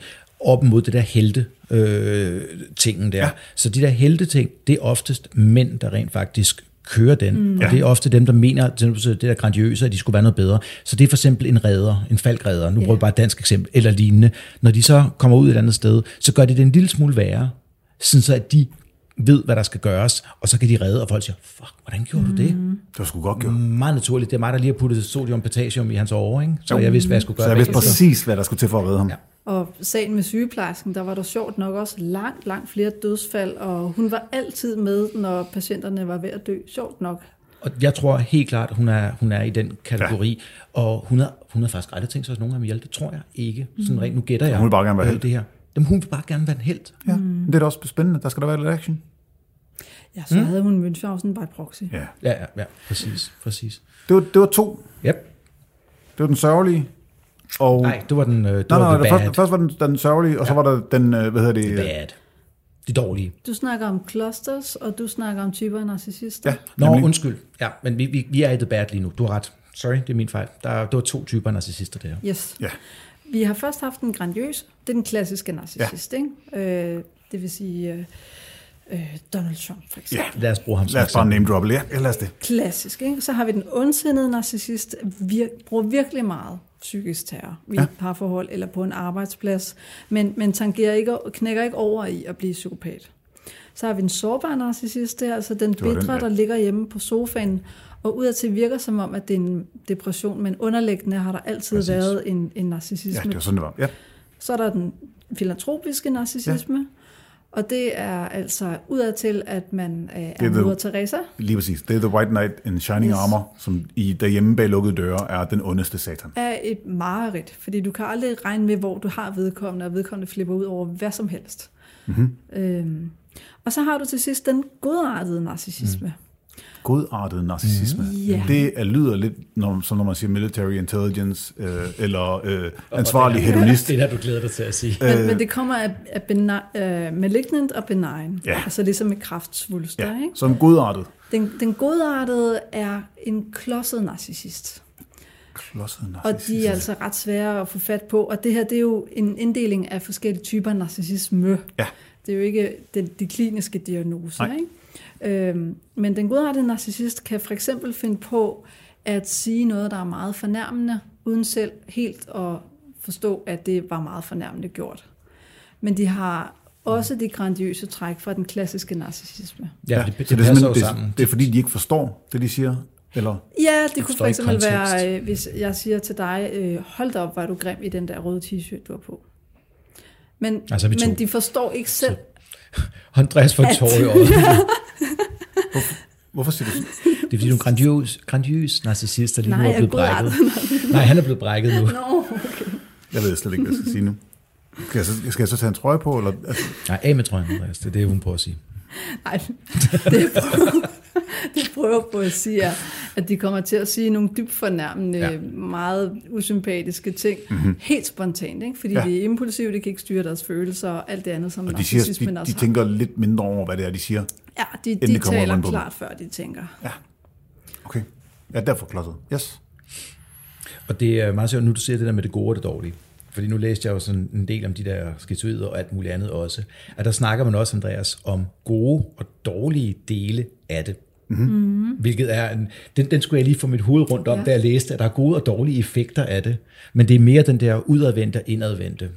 S2: op mod det der helte øh, tingen der. Ja. Så de der helte ting, det er oftest mænd, der rent faktisk kører den. Mm. Og det er ofte dem, der mener, til eksempel det der grandiøse, at de skulle være noget bedre. Så det er for eksempel en redder, en falkredder, nu bruger jeg bare et dansk eksempel, eller lignende. Når de så kommer ud et andet sted, så gør de det en lille smule værre, sådan så at de ved, hvad der skal gøres, og så kan de redde, og folk siger, fuck, hvordan gjorde du det?
S1: Det var sgu godt gjort.
S2: meget naturligt. Det er mig, der lige har puttet sodium potassium i hans åre, ikke? Så jeg vidste, hvad jeg skulle gøre. Altså,
S1: Så jeg vidste
S2: bagefter.
S1: præcis, hvad der skulle til for at redde ham. Ja.
S3: Og sagen med sygeplejersken, der var der sjovt nok også langt, langt flere dødsfald, og hun var altid med, når patienterne var ved at dø. Sjovt nok.
S2: Og jeg tror helt klart, hun er, hun er i den kategori. Ja. Og hun har, hun har faktisk aldrig tænkt sig, at nogen af dem hjælpe. Det tror jeg ikke. Sådan rent, nu gætter jeg.
S1: Hun vil bare gerne være
S2: øh,
S1: helt.
S2: Det her. Jamen, hun vil bare gerne være en held.
S1: ja. Men Mm. det er da også spændende. Der skal der være lidt action.
S3: Ja, så mm. havde hun Münchhausen by proxy.
S1: Ja.
S2: Ja, ja, ja. Præcis, præcis.
S1: Det var, det var to.
S2: Yep.
S1: Det var den sørgelige. Og...
S2: Nej, det var den, øh, det
S1: Nej, nej,
S2: var the
S1: nej
S2: bad.
S1: først, først var den, den sørgelige, og så var der den, øh, hvad hedder det? øh,
S2: bad. Det dårlige.
S3: Du snakker om clusters, og du snakker om typer af narcissister.
S1: Ja,
S2: Nå,
S1: nemlig.
S2: undskyld. Ja, men vi, vi, vi er i the bad lige nu. Du har ret. Sorry, det er min fejl. Der, der var to typer narcissister der.
S3: Yes.
S1: Ja.
S3: Vi har først haft den grandiøse, det er den klassiske narcissist, ja. ikke? Øh, det vil sige øh, øh, Donald Trump, for eksempel.
S2: Lad os bruge ham som
S1: Lad os bare name droppe. Ja, ja, lad os det.
S3: klassisk. Ikke? Så har vi den ondsindede narcissist, vir- bruger virkelig meget psykisk terror i ja. et parforhold eller på en arbejdsplads, men, men tangerer ikke, o- knækker ikke over i at blive psykopat. Så har vi den sårbare narcissist, det er altså den
S1: var den,
S3: bitre,
S1: ja.
S3: der ligger hjemme på sofaen, og udadtil virker som om, at det er en depression, men underliggende har der altid Præcis. været en, en
S1: Ja,
S3: narcissisme.
S1: det var sådan, det var. Ja.
S3: Så er der den filantropiske narcissisme, ja. og det er altså udadtil, at man øh, er
S1: ved-
S3: moder Teresa.
S1: Lige præcis. Det er The White Knight in Shining
S3: Yes.
S1: yes. Armor, som i derhjemme bag lukkede døre er den ondeste satan.
S3: er et mareridt, fordi du kan aldrig regne med, hvor du har vedkommende, og vedkommende flipper ud over hvad som helst.
S1: Mhm.
S3: Mm-hmm. Øhm, og så har du til sidst den godartede narcissisme. Mm.
S1: Godartet narcissisme.
S3: Ja.
S1: Det er, lyder lidt når, som når man siger military intelligence, øh, eller øh, ansvarlig hedonist.
S2: Det er der, du glæder dig til at sige.
S1: Øh.
S3: Men, men det kommer af, af benign, øh, malignant og benign.
S1: Ja.
S3: Altså ligesom med kraftsvulster.
S1: Ja,
S3: Ikke?
S1: som godartet.
S3: Den, den godartede er en klodset narcissist.
S1: Klodset
S3: Og
S1: narcissist.
S3: de er altså ret svære at få fat på. Og det her, det er jo en inddeling af forskellige typer af narcissisme.
S1: Ja.
S3: Det er jo ikke den, de kliniske diagnoser.
S1: Nej.
S3: Ikke? Øhm, men den godartede narcissist kan for eksempel finde på at sige noget, der er meget fornærmende, uden selv helt at forstå, at det var meget fornærmende gjort. Men de har også de grandiøse træk fra den klassiske narcissisme.
S2: Ja, det, det,
S1: så
S2: det passer jo
S1: simpelthen-
S2: sammen.
S1: Det, det er fordi, de ikke forstår det, de siger. Eller
S3: Ja, det kunne
S2: står
S3: for
S2: i
S3: eksempel
S2: kontekst.
S3: være, øh, hvis jeg siger til dig, øh, hold da op, var du grim i den der røde t-shirt, du har på. Men,
S2: Altså,
S3: altså,
S2: vi to.
S3: men de forstår ikke selv,
S2: Andreas får
S3: At-
S2: tår i øjet.
S1: hvorfor siger du sådan?
S2: Det er fordi, du er en grandios, grandios narcissist, der lige
S3: Nej,
S2: nu er
S3: jeg
S2: blevet
S3: græder.
S2: brækket. Nej, han er blevet brækket nu.
S3: Nå, okay.
S1: Jeg ved slet ikke, hvad jeg skal sige nu. Skal jeg, så, skal jeg så tage en trøje på? Eller, altså,
S2: Nej, af med trøjen, Andreas. Det er det, hun prøver at sige.
S3: Nej, det prøver, det prøver på at sige, er, at de kommer til at sige nogle dybt fornærmende,
S2: Ja.
S3: ja. meget usympatiske ting, mm-hmm. helt spontant, ikke? fordi
S1: Mhm. Ja.
S3: ja. de er impulsive, de kan ikke styre deres følelser og alt det andet, som
S1: og de, siger,
S3: narcissismen altså.
S1: de,
S3: også
S1: de
S3: har.
S1: tænker lidt mindre over, hvad det er, de siger.
S3: Ja, de, de
S1: det kommer
S3: taler
S1: an på dem.
S3: klart, før de tænker.
S1: Okay. Ja, derfor klodset. Yes.
S2: Og det er meget sjovt, nu du siger det der med det gode og det dårlige. Fordi nu læste jeg jo sådan en del om de der skizoider og alt muligt andet også. At der snakker man også, Andreas, om gode og dårlige dele af det. Mm-hmm. Hvilket er en, den, den skulle jeg lige få mit hoved rundt om, ja. da jeg læste, at der er gode og dårlige effekter af det. Men det er mere den der udadvendte og indadvendte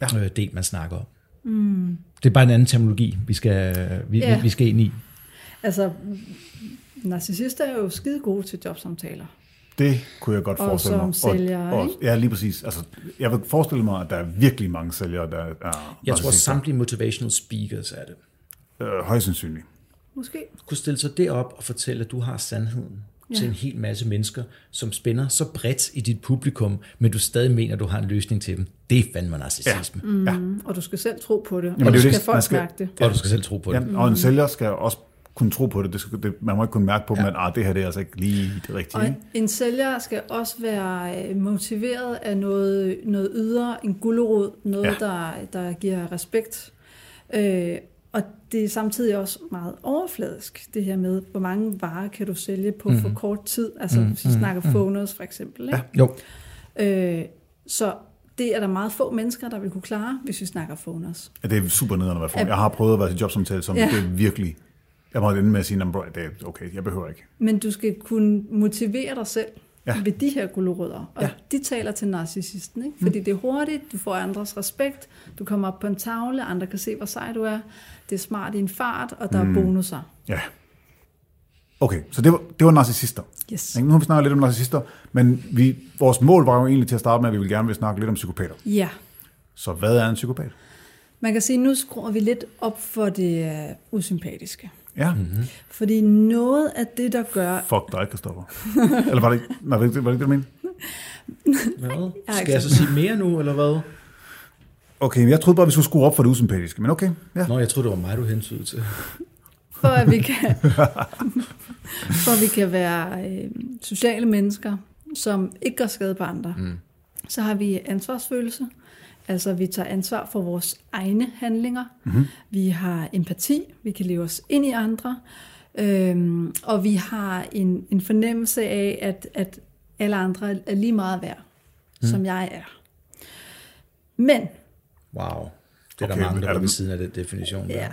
S2: ja. øh, del, man snakker om. Mm. Det er bare en anden terminologi, vi skal, vi,
S3: Ja.
S2: ja. vi skal ind i.
S3: Altså, narcissister er jo skide gode til jobsamtaler.
S1: Det kunne jeg godt
S3: Og
S1: forestille
S3: som
S1: mig.
S3: sælgere, ikke?
S1: Ja, lige præcis. Altså, jeg vil forestille mig, at der er virkelig mange sælgere, der er altså,
S2: Jeg tror, samtlige motivational speakers er det.
S1: øh, højst sandsynligt.
S3: Måske.
S2: kunne stille sig derop og fortælle, at du har sandheden ja. til en hel masse mennesker, som spænder så bredt i dit publikum, men du stadig mener, at du har en løsning til dem. Det er fandme narcissisme. Ja. Mm.
S3: Mm, Og du skal selv tro på det, og
S1: det er
S3: du
S1: jo
S3: skal
S1: det, man
S3: folk
S1: skal-
S3: mærke det.
S2: Og du skal selv tro på det.
S1: Ja, og en sælger skal også kunne tro på det. det, skal, det man må ikke kunne mærke på, ja. men ah, det her det er altså ikke lige det rigtige.
S3: Og
S1: ikke?
S3: en, en sælger skal også være øh, motiveret af noget, noget ydre, en gulderod, noget,
S1: Ja.
S3: ja. der, der giver respekt. Øh, og det er samtidig også meget overfladisk, det her med, hvor mange varer kan du sælge på mm. for kort tid. Altså, mm. hvis vi snakker mm. for eksempel. Ikke?
S2: Jo,
S3: Øh, så det er der meget få mennesker, der vil kunne klare, hvis vi snakker phoners.
S1: Ja, det er super nederen at være for. Jeg har prøvet at være til jobsamtale, som ja.
S3: Ja.
S1: det er virkelig... Jeg måtte ende med at sige, "Nå, men bro, det er okay, jeg behøver ikke.
S3: Men du skal kunne motivere dig selv
S1: Ja.
S3: ja. ved de her gulerødder. Og ja. Mm. de taler til narcissisten, ikke? fordi det er hurtigt, du får andres respekt, du kommer op på en tavle, andre kan se, hvor sej du er, det er smart i en fart, og der mm. er bonusser.
S1: Ja. Okay, så det var, det var narcissister.
S3: Yes.
S1: Ikke? Nu har vi snakket lidt om narcissister, men vi, vores mål var jo egentlig til at starte med, at vi ville gerne vil snakke lidt om psykopater.
S3: Ja,
S1: Så hvad er en psykopat?
S3: man kan sige, at nu skruer vi lidt op for det øh, usympatiske.
S1: Ja, mm-hmm.
S2: Mhm.
S3: Fordi noget af det, der gør...
S1: fuck dig, Kristoffer. Eller var det, ikke- nej, var det, ikke- var det ikke det, du mente?
S2: hvad?
S3: er
S2: Skal
S3: ikke
S2: jeg så sige mere nu, eller hvad?
S1: Okay, men jeg troede bare, vi skulle skrue op for det usympatiske, men okay. Ja.
S2: Nå, jeg troede, det var mig, du hentydede til.
S3: for at vi kan, for at vi kan være øh, sociale mennesker, som ikke gør skade på andre. Mm. Så har vi ansvarsfølelse, altså vi tager ansvar for vores egne handlinger. Mm-hmm. Vi har empati, vi kan leve os ind i andre, øhm, og vi har en, en fornemmelse af, at, at alle andre er lige meget værd, mm. som jeg er. Men
S2: Wow. Det er okay,
S1: Okay,
S2: der mange, der
S1: er
S2: var
S1: der-
S2: ved siden af den definition. Der.
S3: Ja.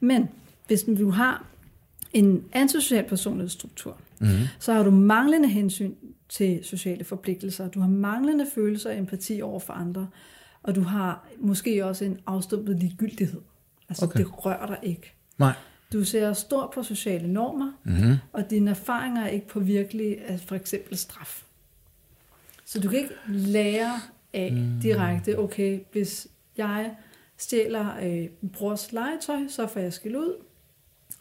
S3: Men hvis du har en antisocial personlighedsstruktur, mm-hmm. så har du manglende hensyn til sociale forpligtelser, du har manglende følelser og empati over for andre, og du har måske også en afstumpet ligegyldighed. Altså,
S2: Okay.
S3: okay. det rører dig ikke.
S2: Nej.
S3: Du ser stort på sociale normer, mm-hmm. og dine erfaringer er ikke påvirkelige af for eksempel straf. Så du kan ikke lære af direkte, okay, hvis jeg stjæler øh, min brors legetøj, så får jeg skæld ud.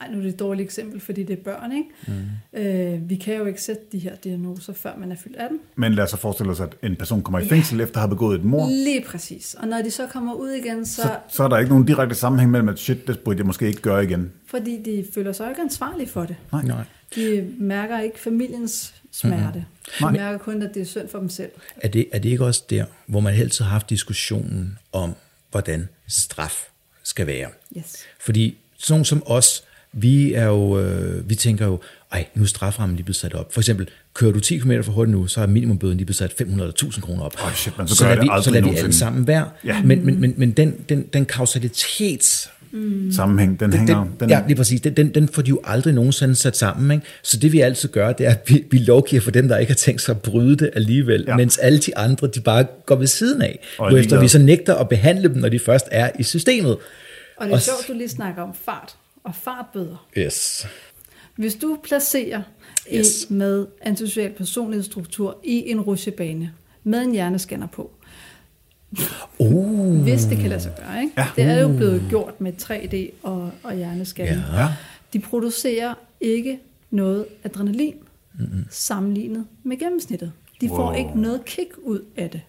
S3: Ej, nu er det et dårligt eksempel, fordi det er børn, ikke? Mm. Øh, vi kan jo ikke sætte de her diagnoser, før man er fyldt 18.
S1: Men lad os så forestille os, at en person kommer i fængsel efter at have begået et mor.
S3: Lige præcis. Og når de så kommer ud igen, så,
S1: Så, så er der ikke nogen direkte sammenhæng mellem, at shit, det burde jeg måske ikke gøre igen.
S3: fordi de føler sig jo ikke ansvarlige for det.
S2: Nej. Nej.
S3: De mærker ikke familiens smerte. De mærker kun, at det er synd for dem selv.
S2: Er det, er det ikke også der, hvor man helst har haft diskussionen om, hvordan straf skal være?
S3: Yes.
S2: Fordi sådan nogle som os, vi, er jo, øh, vi tænker jo, ej, nu er straframmen lige blevet sat op. For eksempel, kører du 10 km for hurtigt nu, så er minimumbøden lige blevet sat 500 eller 1000 kroner op.
S1: Åh, shit, man, så gør jeg
S2: lader
S1: det
S2: vi, så
S1: aldrig
S2: lader vi
S1: nogensinde.
S2: alle sammen være.
S1: Ja.
S2: Men, men, men, men den, den, den kausalitet,
S3: Mm.
S1: Sammenhæng, den, den
S2: den,
S1: hænger...
S2: den, ja, lige præcis, den, den, den får de jo aldrig nogensinde sat sammen. Ikke? Så det vi altid gør, det er, at vi, vi lovgiver for dem, der ikke har tænkt sig at bryde det alligevel,
S1: Ja.
S2: ja. mens alle de andre, de bare går ved siden af.
S1: Og er
S2: Og efter
S1: ligeglade.
S2: vi så nægter at behandle dem, når de først er i systemet.
S3: Og det er
S2: Og-
S3: sjovt, du lige snakker om fart og fartbøder.
S2: Yes.
S3: Hvis du placerer yes. en med antisocial personlighedsstruktur i en rutsjebane med en hjerneskanner på,
S2: Oh,
S3: hvis det kan lade sig gøre, ikke? Uh. Ja. Uh. det er jo blevet gjort med 3D og, og hjerneskanner,
S2: ja.
S3: de producerer ikke noget adrenalin mm-hmm. sammenlignet med gennemsnittet. De wow. får ikke noget kick ud af det.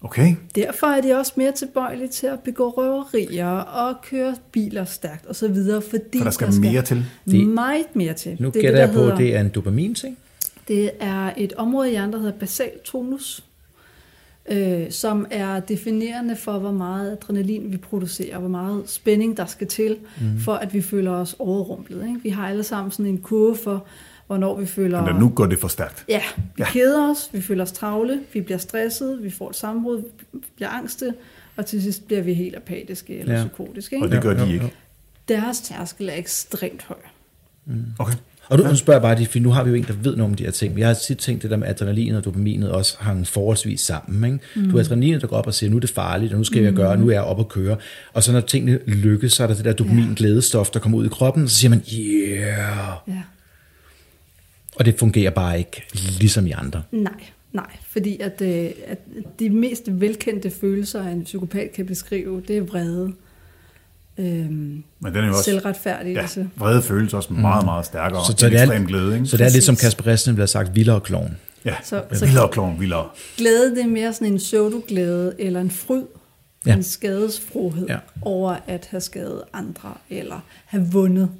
S1: Okay.
S3: Derfor er de også mere tilbøjelige til at begå røverier og køre biler stærkt osv., fordi
S1: For der skal mere til.
S3: Det, meget mere til.
S2: Nu
S3: Det er
S2: gætter
S3: det,
S2: jeg
S3: der
S2: på,
S3: hedder-
S2: at det er en dopamin-ting.
S3: det er et område i hjernen, der hedder basal tonus, øh, som er definerende for, hvor meget adrenalin vi producerer, hvor meget spænding der skal til, mm. for at vi føler os overrumplet. Ikke? Vi har alle sammen sådan en kurve for, hvornår vi føler...
S1: Men nu går det for stærkt.
S3: Ja, vi keder os, vi føler os travle, vi bliver stresset, vi får et sammenbrud, vi bliver angste, og til sidst bliver vi helt apatiske eller
S2: Ja.
S3: ja. psykotiske.
S1: Og
S3: Ikke?
S1: det gør de ikke.
S3: Deres tærskel er ekstremt høj.
S1: Okay.
S2: Og du nu spørger jeg bare, fordi nu har vi jo en, der ved noget om de her ting. Men jeg har tit tænkt det der med, at adrenalinet og dopaminet også hang forholdsvis sammen. Ikke? Mm. Du har adrenalinet, der går op og siger, nu er det farligt, og nu skal jeg gøre, nu er jeg op og køre. Og så når tingene lykkes, så er der det der dopamin-glædestof, der kommer ud i kroppen, og så siger man, yeah.
S3: Ja.
S2: Og det fungerer bare ikke ligesom i andre.
S3: Nej, nej, fordi at, øh, at de mest velkendte følelser, en psykopat kan beskrive, det er vrede, øhm,
S1: Men den er jo også...
S3: selvretfærdigelse.
S1: Ja, vrede føles også meget, meget stærkere.
S2: Mm. Så, så, det,
S1: ekstrem
S2: er,
S1: glæde, ikke?
S2: så det er lidt som
S3: Præcis.
S2: Kasper Resten bliver sagt, vildere klovn.
S1: ja.
S3: Så-
S1: så,
S3: så-
S1: vildere klovn, vildere.
S3: Glæde, det er mere sådan en pseudoglæde eller en fryd,
S2: Ja.
S3: ja. en skadesfrohed
S2: Ja.
S3: ja. over at have skadet andre eller have vundet.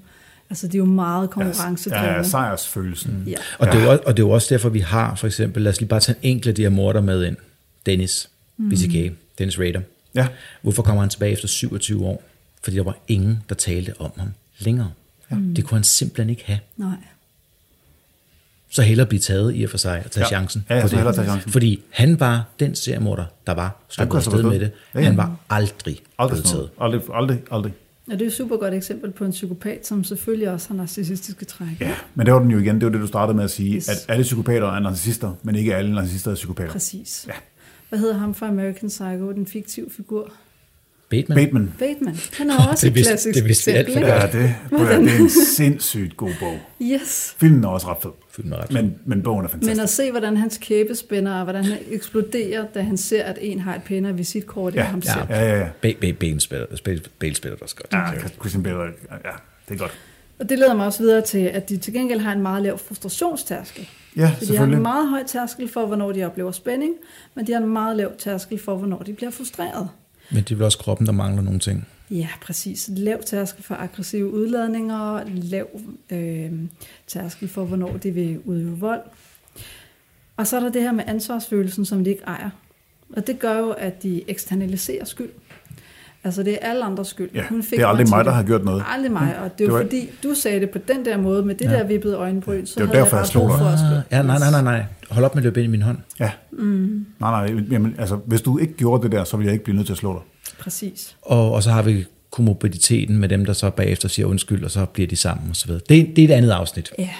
S3: Altså det er jo meget konkurrencedrivende.
S1: Ja, ja, sejrsfølelsen.
S3: ja.
S2: Og, ja. det er jo, også- og det er jo også derfor, vi har for eksempel, lad os lige bare tage en enkelt af de her morder med ind. Dennis, mm. BCK, Dennis Rader.
S1: Ja.
S2: Hvorfor kommer han tilbage efter 27 år? Fordi der var ingen, der talte om ham længere. Ja. Det kunne han simpelthen ikke have.
S3: Nej.
S2: Så hellere blive taget i og for sig og tage ja. chancen.
S1: Ja, ja,
S2: på
S1: så
S2: det.
S1: hellere tage chancen.
S2: Fordi han var den seriemorder, der var
S1: Han
S2: stået
S1: kunne
S2: på
S1: altså
S2: sted
S1: være
S2: med
S1: død.
S2: det.
S1: Ja, ja.
S2: Han var aldrig,
S1: Aldrig,
S2: blevet
S1: sådan
S2: taget.
S1: noget. aldrig, aldrig, aldrig.
S3: Og det er et super godt eksempel på en psykopat, som selvfølgelig også har narcissistiske træk.
S1: Ja, men det var den jo igen. Det var det, du startede med at sige, yes.
S3: Yes.
S1: at alle psykopater er narcissister, men ikke alle narcissister er psykopater.
S3: Præcis.
S1: Ja.
S3: Hvad hedder ham fra American Psycho, den fiktive figur?
S2: Bateman.
S1: Bateman.
S3: Bateman. Han er også
S2: Det
S3: et
S2: vidste-
S3: klassisk
S2: det vidste vi alt for
S3: eksempel.
S1: Ja, det, det er en sindssygt god bog.
S3: ikke? Yes.
S1: Filmen er også ret fed,
S2: Filmen er ret
S1: men, men bogen er fantastisk.
S3: Men at se, hvordan hans kæbe spænder, og hvordan han eksploderer, da han ser, at en har et pænere visitkort end
S1: Ja,
S3: ham selv.
S1: ja, ja, ja.
S2: Ba- ba- Bale spiller, Bale- Bale spiller det også godt.
S1: Ja, Christian Bale, ja, det er godt.
S3: Og det leder mig også videre til, at de til gengæld har en meget lav frustrationstærskel.
S1: Ja,
S3: Så de har en
S1: selvfølgelig.
S3: meget høj tærskel for, hvornår de oplever spænding, men de har en meget lav tærskel for, hvornår de bliver frustreret.
S2: Men det er vel også kroppen, der mangler nogle ting.
S3: Ja, præcis. Lav tærskel for aggressive udladninger, lav øh, tærskel for, hvornår de vil udøve vold. Og så er der det her med ansvarsfølelsen, som de ikke ejer. Og det gør jo, at de eksternaliserer skyld. Altså, det er alle andres skyld.
S1: Ja, det er aldrig
S3: til
S1: mig, der
S3: det.
S1: har gjort noget. Mm.
S3: Aldrig mig, og det er
S1: Det
S3: jo
S1: var-
S3: fordi, du sagde det på den der måde, med det der vippede øjenbryn, så
S1: Det var
S3: havde
S1: derfor,
S3: jeg
S1: jeg
S3: bare
S1: slog
S3: brug
S1: dig.
S3: for at slå.
S2: Ja, nej, nej, nej, nej. Hold op med at løbe ind i min hånd.
S1: Ja. Mm. Nej, nej, jamen, altså, hvis du ikke gjorde det der, så ville jeg ikke blive nødt til at slå dig.
S3: Præcis.
S2: Og, og så har vi komorbiditeten med dem, der så bagefter siger undskyld, og så bliver de sammen osv. Det, det er et andet afsnit.
S3: Ja.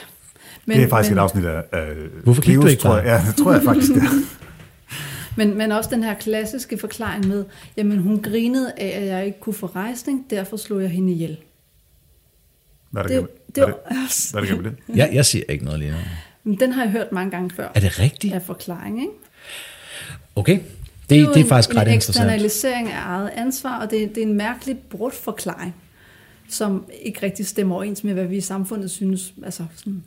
S3: Men,
S1: Det er faktisk
S3: men,
S1: et afsnit af, af
S2: Hvorfor gik du
S1: Cleos,
S2: ikke
S1: tror
S2: bare?
S1: jeg. Ja, det tror jeg faktisk. Det er.
S3: Men, men også den her klassiske forklaring med, jamen hun grinede af, at jeg ikke kunne få rejsning, derfor slog jeg hende ihjel.
S1: Hvad er der galt
S3: Det,
S1: med- hvad
S3: det,
S1: er det-
S3: det,
S1: hvad er der galt med det?
S2: Jeg, jeg siger ikke noget lige nu.
S3: Men den har jeg hørt mange gange før.
S2: Er det rigtigt?
S3: Af forklaring, ikke?
S2: Okay. Det,
S3: jo
S2: det, det er faktisk
S3: en,
S2: ret
S3: en
S2: interessant.
S3: eksternalisering af eget ansvar, og det, det er en mærkelig brudt forklaring, som ikke rigtig stemmer overens med, hvad vi i samfundet synes. Altså, sådan,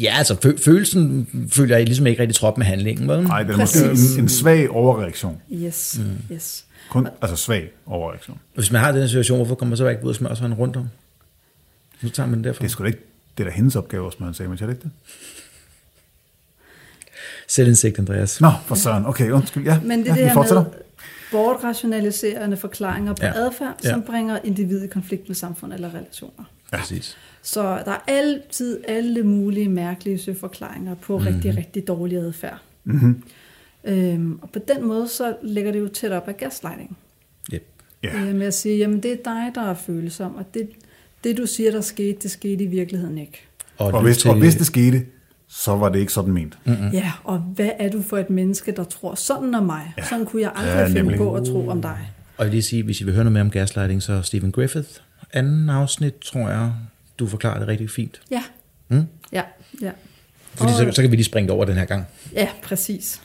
S2: Ja, altså fø, følelsen føler jeg ligesom ikke rigtig trop med handlingen. Vel?
S1: Nej, det er måske
S3: Præcis.
S1: en, en svag overreaktion.
S3: yes, mm. yes.
S1: Kun, altså svag overreaktion.
S2: Hvis man har den her situation, hvorfor kommer man så ikke ud og smører sig en rundt om? Nu tager man den derfra.
S1: Det er sgu da ikke det er da hendes opgave, som han sagde, men er det ikke det?
S2: Selvindsigt, Andreas.
S1: Nå, for søren. Okay, undskyld. Ja,
S3: Men det,
S1: ja,
S3: er det
S1: vi
S3: her
S1: fortsætter.
S3: med bortrationaliserende forklaringer på
S2: Ja.
S3: ja. adfærd,
S2: Ja.
S3: som bringer individet i konflikt med samfund eller relationer.
S2: Præcis.
S3: Så der er altid alle mulige mærkelige søforklaringer på
S1: Mhm.
S3: mm-hmm. rigtig, rigtig dårlig adfærd. Mm-hmm. Øhm, og på den måde, så ligger det jo tæt op af gaslighting.
S2: Yep.
S1: Ja.
S3: Det her med at sige, jamen det er dig, der er følsom, og det, det du siger, der skete, det skete i virkeligheden ikke.
S1: Og
S2: lyt
S1: hvis, og hvis det skete, så var det ikke sådan ment.
S3: Mm. Ja, og hvad er du for et menneske, der tror sådan om mig? Ja. Sådan kunne jeg aldrig
S1: Ja,
S3: ja, finde
S1: nemlig.
S3: på at tro om dig.
S2: Og jeg vil lige sige, hvis I vil høre noget mere om gaslighting, så Stephen Griffith, anden afsnit, tror jeg, du forklarer det rigtig fint.
S3: Ja.
S2: Mm.
S3: Ja, ja.
S2: Fordi så,
S3: Og-
S2: så kan vi lige springe det over den her gang.
S3: Ja, præcis.